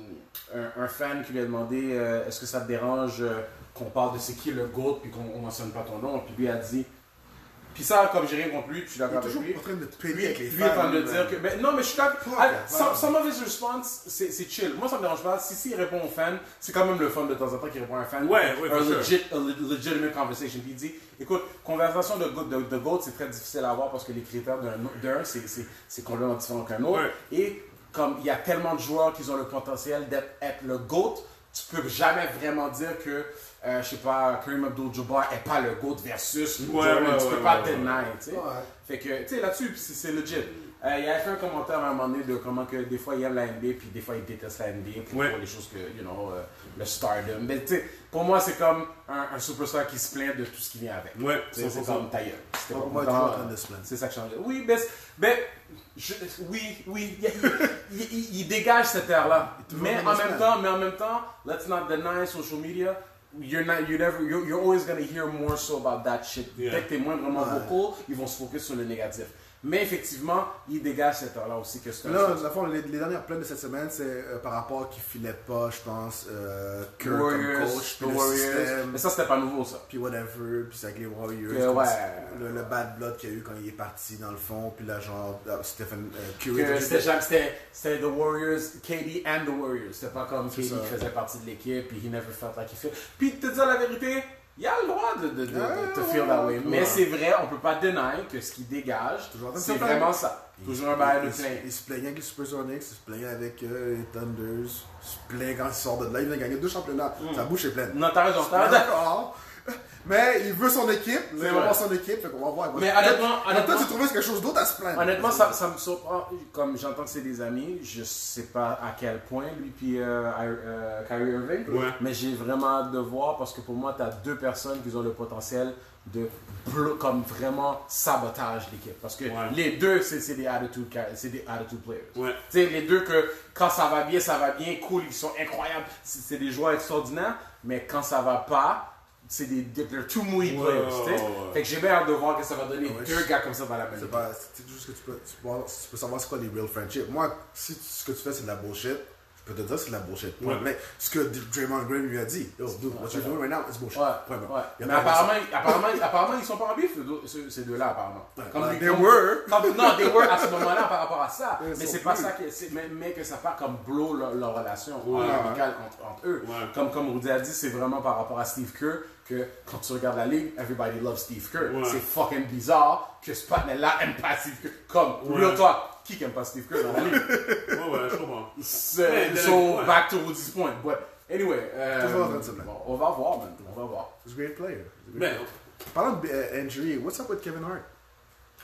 un, un fan qui lui a demandé euh, est-ce que ça te dérange euh, qu'on parle de c'est qui le GOAT puis qu'on on mentionne pas ton nom Puis lui a dit. Puis ça, comme j'ai rien compris, puis je suis Il est d'accord avec toujours lui. en train de Lui, péter avec les lui est en train de fans, dire que. ben, non, mais je suis d'accord. Fuck, Ah, man. some, some of his response, c'est c'est chill. Moi, ça me dérange pas. Si, si il répond aux fans, c'est quand même le fun de temps en temps qu'il répond à un fan. Ouais, ouais, Un for sure. legit- a le- legitimate conversation. Puis il dit, écoute, conversation de, go- de, de GOAT, c'est très difficile à avoir parce que les critères d'un, d'un, c'est, c'est, c'est complètement différent qu'un autre. Et comme il y a tellement de joueurs qui ont le potentiel d'être être le GOAT, tu peux jamais vraiment dire que, euh, je sais pas, Kareem Abdul-Jabbar est pas le GOAT versus Ouais, Jordan. ouais, tu peux ouais, pas ouais, ouais. deny, tu sais. Fait que, tu sais, là-dessus, c'est c'est legit. Euh, il y avait fait un commentaire à un moment donné de comment que des fois il aime la NBA puis des fois il déteste la NBA pour, Ouais. pour les choses que, you know, euh, le stardom. Mais tu sais, pour moi, c'est comme un, un superstar qui se plaint de tout ce qui vient avec. Ouais, Tu sais, c'est 100%. comme ta gueule. Si t'es Ouais, pas pour moi, content, toujours en train euh, de se plaindre. C'est ça qui change. Oui, mais, mais je- oui, oui, <laughs> il, il- il- il dégage cette air-là. toujours Mais en train de en se même plaindre. temps, mais en même temps, let's not deny social media. You're not, you never, you're, you're always gonna hear more so about that shit. Yeah. Dès que t'es moins vraiment Ouais. vocaux, ils vont se focus sur le négatif. Mais effectivement, il dégage cette heure-là aussi que c'est un Là, la fois, les, les dernières plaintes de cette semaine, c'est euh, par rapport qu'il filait pas, je pense, euh, Kerr comme Warriors, coach, puis the le Warriors. système, Mais ça, c'était pas nouveau, ça. puis whatever, puis c'est avec les Warriors, Que, comme ouais. si- le, le bad blood qu'il y a eu quand il est parti dans le fond, puis là, genre, euh, Stephen euh, Curry, Que etc. C'était jamais- c'était- c'était the Warriors, KD and the Warriors. C'était pas comme KD ça. qui faisait partie de l'équipe, puis he never felt like he felt. Puis de te dire la vérité, il a le droit de, de, de, Ah, de te feel that way. Mais c'est vrai, on peut pas deny que ce qu'il dégage, Toujours en train de c'est se plaindre. vraiment ça. Toujours un bail de Il se- plainte. Il se plaignait avec les Supersonics, il se plaignait avec euh, les Thunders, il se plaint quand il sort de là, il vient de gagner deux championnats, sa bouche est pleine. Mm. Non, t'as raison, Il t'as est raison. d'accord. Mais il veut son équipe, il veut vrai. avoir son équipe, fait qu'on va voir. Mais Peut-être- honnêtement, honnêtement- Peut-être tu trouves quelque chose d'autre à se plaindre. Honnêtement, ça, ça me surprend. Comme j'entends que c'est des amis, je sais pas à quel point lui puis euh, I- euh, Kyrie Irving. Ouais. Mais j'ai vraiment hâte de voir parce que pour moi, tu as deux personnes qui ont le potentiel de blo- comme vraiment sabotage l'équipe. Parce que Ouais. les deux, c'est c'est des attitude, car- c'est des attitude players. Ouais. Tu sais, les deux que quand ça va bien, ça va bien, cool, ils sont incroyables. C'est c'est des joueurs extraordinaires. Mais quand ça va pas, c'est des, des they're too mouillés Ouais, players. tu sais. ouais, Ah ouais. Fait que j'ai bien hâte de voir que ça va donner Ouais, deux je- gars comme ça dans la même C'est équipe. pas, c'est juste que tu peux, tu peux, tu peux savoir c'est quoi les real friendships. Moi, si tu- ce que tu fais c'est de la bullshit, je peux te dire c'est de la bullshit. Point. Ouais. Mais ce que D- Draymond Green lui a dit, yo, dude, what you're doing right now is bullshit. Ouais, Point. ouais. Il y Mais a pas apparemment, apparemment, apparemment, ils sont pas en bif, les deux- ceux- ces deux-là, apparemment. Comme Ouais, lui- they comme- were. comme- non, they were à ce moment-là par rapport à ça. mais sont c'est pas plus. ça qui, c'est- mais, mais que ça fait comme blow leur, leur relation Ouais. amicale entre, entre eux. Ouais. Comme, comme Rudy a dit, c'est vraiment par rapport à Steve Kerr que quand tu regardes la ligue, everybody loves Steve Kerr. Ouais. C'est fucking bizarre que ce panel-là aime pas Steve Kerr. Comme, Ouais. real talk, qui aime pas Steve Kerr dans la ligue? <laughs> Ouais, ouais, je comprends. So, Mais, so ouais. back to Rudy's point. But anyway, euh, Toujours en train de se plaindre. bon, on va voir, man. On va voir. He's a great player. He's a great Ben, player. Parlant de euh, injury, what's up with Kevin Hart?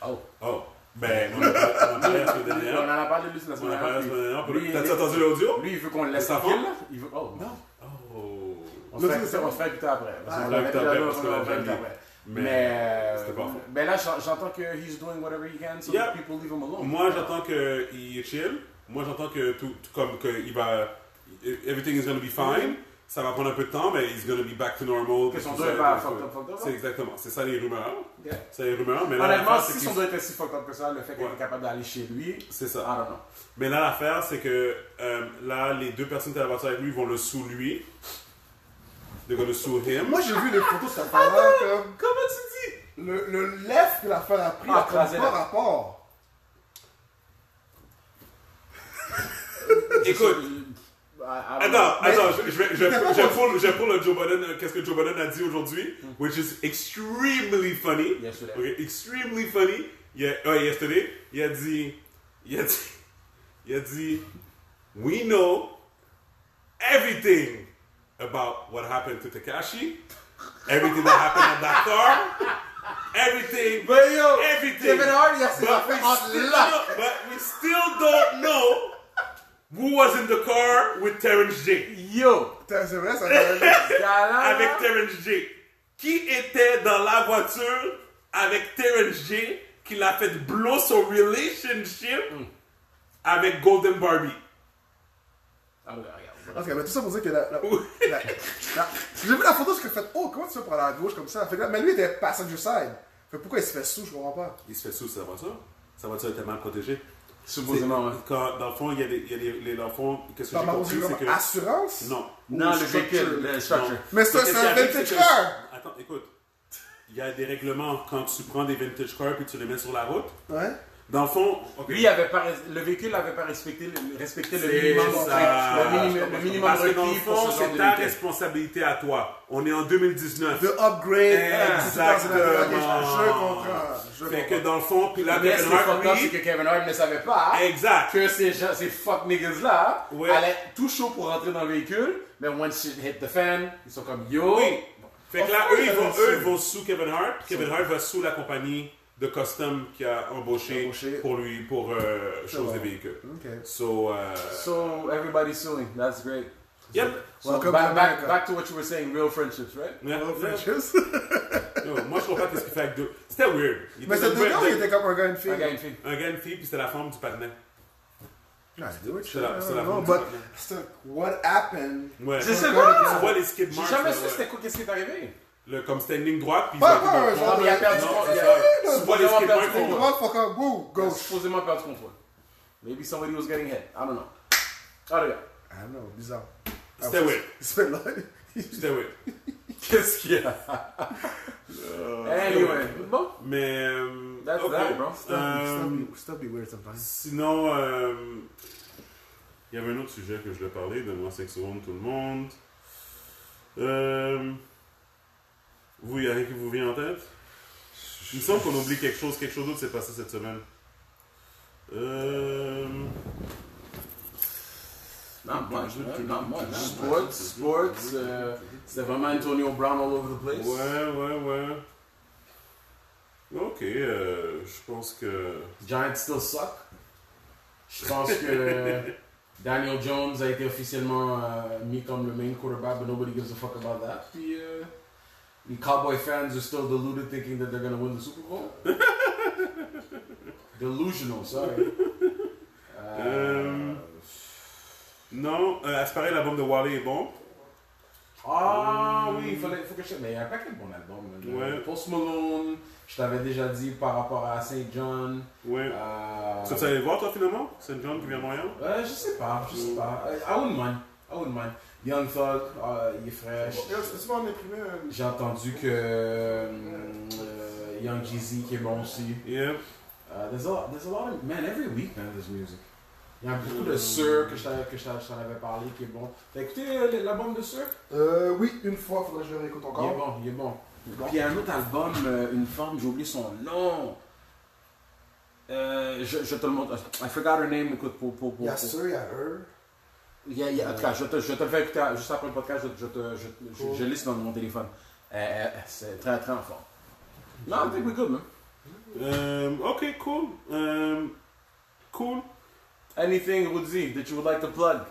Oh. oh. Ben, on en a- on en a parlé la semaine On en dernière. a parlé lui On la en semaine a parlé la semaine dernière. dernière. Lui, puis- lui, T'as-tu lui, entendu l'audio? lui, il veut qu'on le laisse Ça tranquille. va? là. Il veut... Oh, non. Oh. On se fait écouter- on se fait écouter après. Parce qu'on l'a- écouter on l'a- après, on l'a- parce on qu'on l'a- l'a on l'a- jamais après. Mais, Mais euh, c'était pas faux. mais là, j'en- j'entends que he's doing whatever he can so Yeah. that people leave him alone. Moi, j'entends qu'il chill. Moi, j'entends que tout, tout- comme qu'il va. Everything is gonna be fine. Ça va prendre un peu de temps, mais he's gonna be back to normal. Que son Tout dos ça, est pas tout ça. fucked up, fucked up, C'est là. exactement. C'est ça les rumeurs. Yeah. C'est les rumeurs, mais là. Honnêtement, l'affaire, c'est si que- son doigt était si fucked up que ça, le fait qu'il Ouais. est capable d'aller chez lui, C'est I ça. don't know. Mais là, l'affaire, c'est que euh, là, les deux personnes qui étaient à la voiture avec lui vont le sous lui. They're gonna sue him. Moi, j'ai vu les photos, ça parlait comme. Ah, Comment tu dis? Le, le left que l'affaire a pris, ah, Ah, crasé, pas là. rapport. Écoute. Euh, I- I don't know. Attends, attends, je, je vais, je, vais- je vais pull- je vais pull le Joe Biden, euh, qu'est-ce que Joe Biden a dit aujourd'hui, which is extremely funny. Yesterday. Okay, extremely funny. Il a- euh, yesterday, il a dit, il a dit, il a dit, we know everything about what happened to Takashi, everything that happened at that car, everything, Ben yo, everything. Kevin Hart, il a ses But we, affaires Bah, en still là. don't- but we still don't know who was in the car with Terrence J. Yo, Putain, C'est vrai, ça parlait. ce gars-là, Avec Terrence J. Qui était dans la voiture avec Terrence J qui l'a fait blow son relationship avec Golden Barbie. Ah, regarde, regarde. En tout cas, mais tout ça pour dire que la. la- la- la- J'ai vu la photo, ce que fait. Oh, comment tu fais pour aller à gauche comme ça? Fait que là- mais lui, il était passenger side. Fait que pourquoi il se fait sous, je comprends pas. Il se fait sous sa voiture. Sa voiture était mal protégée. Supposément, hein. ouais. Quand, dans le fond, il y a des. il y a des- les- dans le fond, qu'est-ce que Dans j'ai ma compris c'est comme C'est que. assurance? Non. Non, le structure. véhicule, le structure. Mais ça, Mais c'est qu'est-ce un qui arrive, vintage c'est que- car! Attends, écoute. Il y a des règlements quand tu prends des vintage cars puis tu les mets sur la route. Ouais. Dans le fond, ok. Lui, il avait pas, res- le véhicule n'avait pas respecté le, respecté le C'est minimum, ça. le minimum, le minimum Parce que dans le requis fond, pour ce genre c'est de ta véhicule. responsabilité à toi. On est en 2019. De upgrade. Ah, Ok, Je je Exactement. comprends. Je Fait comprends. que dans le fond, puis là, Mais ce Kevin qui est Hart, fucked up, c'est lui, que Kevin Hart ne savait pas exact. que ces gens, ces fuck niggas là, Ouais. allaient tout chaud pour rentrer dans le véhicule, mais when shit hit the fan, ils sont comme yo. Oui. Fait que là, Enfin, eux, ils ça va vont, eux, sous. ils vont sous Kevin Hart. Kevin Hart va sous la compagnie de custom qui a embauché, Embauché. pour lui, pour euh, chose des véhicules. So, euh, So everybody's suing. That's great. yep. So Welcome back, to back, America. back to what you were saying, real friendships, right? Yeah, yeah. Juste. Yo, moi, je comprends pas qu'est-ce qu'il fait avec deux. C'était weird. Il Mais était c'était dedans ou il était comme un gars et une I got fille? une fille. Un gars, une fille, puis c'était la femme du partenaire. Ah, do it, C'est la- c'est la Non, bonne but chose. c'est what happened? Ouais. Je sais Tu pas. vois les skid J'ai marks. jamais là, su ouais. c'était quoi, qu'est-ce qui est arrivé. Le- Comme c'était une ligne droite, puis ils Ouais, ont ouais, pris ouais, le genre- Ah, mais il a perdu Non, contrôle. c'est Il ça. a- Tu vois les Supposément skid perdu marks. contrôle. Droite, fuck up, woo, Il a gauche. Supposément perdu contrôle. Maybe somebody was getting hit. I don't know. <laughs> Ah, regarde. Ah non, bizarre. C'était <laughs> weird. C'est là. C'était weird. Qu'est-ce qu'il y a? Anyway. Bon. Mais. euh, That's ok. that, bro. Euh, Stop be weird sometimes. Sinon, euh, il y avait un autre sujet que je voulais parler, donne-moi 5 secondes tout le monde. Euh, vous, il y a rien qui vous vient en tête Il me semble qu'on oublie quelque chose, quelque chose d'autre s'est passé cette semaine. Euh, Not much, man. Not much. Sports, sports. euh, C'était vraiment Antonio Brown all over the ouais, place. ouais, ouais. Ok, euh, je pense que... Giants still suck. Je pense <laughs> que Daniel Jones a été officiellement euh, mis comme le main quarterback, but nobody gives a fuck about that. Puis euh, les Cowboy fans are still deluded thinking that they're gonna win the Super <laughs> Bowl. Delusional, sorry. Euh, Non, euh, à ce pareil, l'album de Wally est bon. Ah oui, il fallait, faut que je. Mais il y a un paquet de bons albums. là. Ouais. Post Malone, je t'avais déjà dit par rapport à Saint John. Ouais. Ah, Euh, Ça, tu allais le voir, toi, finalement C'est John qui vient de Montréal Euh, je sais pas, je sais pas. Euh, I wouldn't mind. I wouldn't mind. Young Thug, euh, il est fraîche. Tu vas en imprimer un. J'ai entendu que euh, euh, Young Jeezy qui est bon aussi. Yeah. Euh, there's, a lot, there's a lot of. Man, every week, man, there's music. Il y a beaucoup de Sir que je t'avais- que je t'avais- je t'en avais parlé qui est bon. T'as écouté euh, l'album de Sir Euh, oui, une fois, faudrait que je le réécoute Il est encore. bon, il est bon. Bon. Puis il y a un autre album, euh, une femme, j'ai oublié son nom. Euh, je, je te le montre. I forgot her name, écoute, pour. pour, Il pour, y a pour- ceux, il y a eux. Il y a- il y a- en tout cas, je te, je te le fais écouter à- juste après le podcast, je, je te je, je, je lis dans mon téléphone. Euh, euh, c'est très très en forme. Non, I think we're good, man. Euh, ok, cool. Euh, cool. Anything, Rudy, that you would like to plug?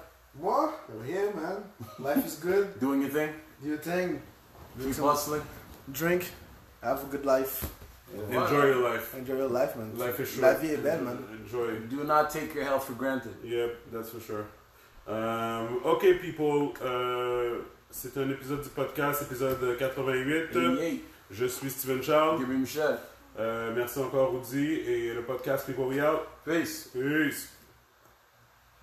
Moi, rien, man. Life is good. Doing your thing? Do your thing. Keep hustling? Drink. Have a good life. Enjoy your life. Enjoy your life, man. Life is short. La vie est belle, man. Enjoy. Do not take your health for granted. Yep, that's for sure. Um, ok, people. euh, c'est un épisode du podcast, épisode 88. Yay, Je suis Steven Charles. give me Michel. Euh, merci encore, Rudy. Et le podcast People We Out. Peace. Peace.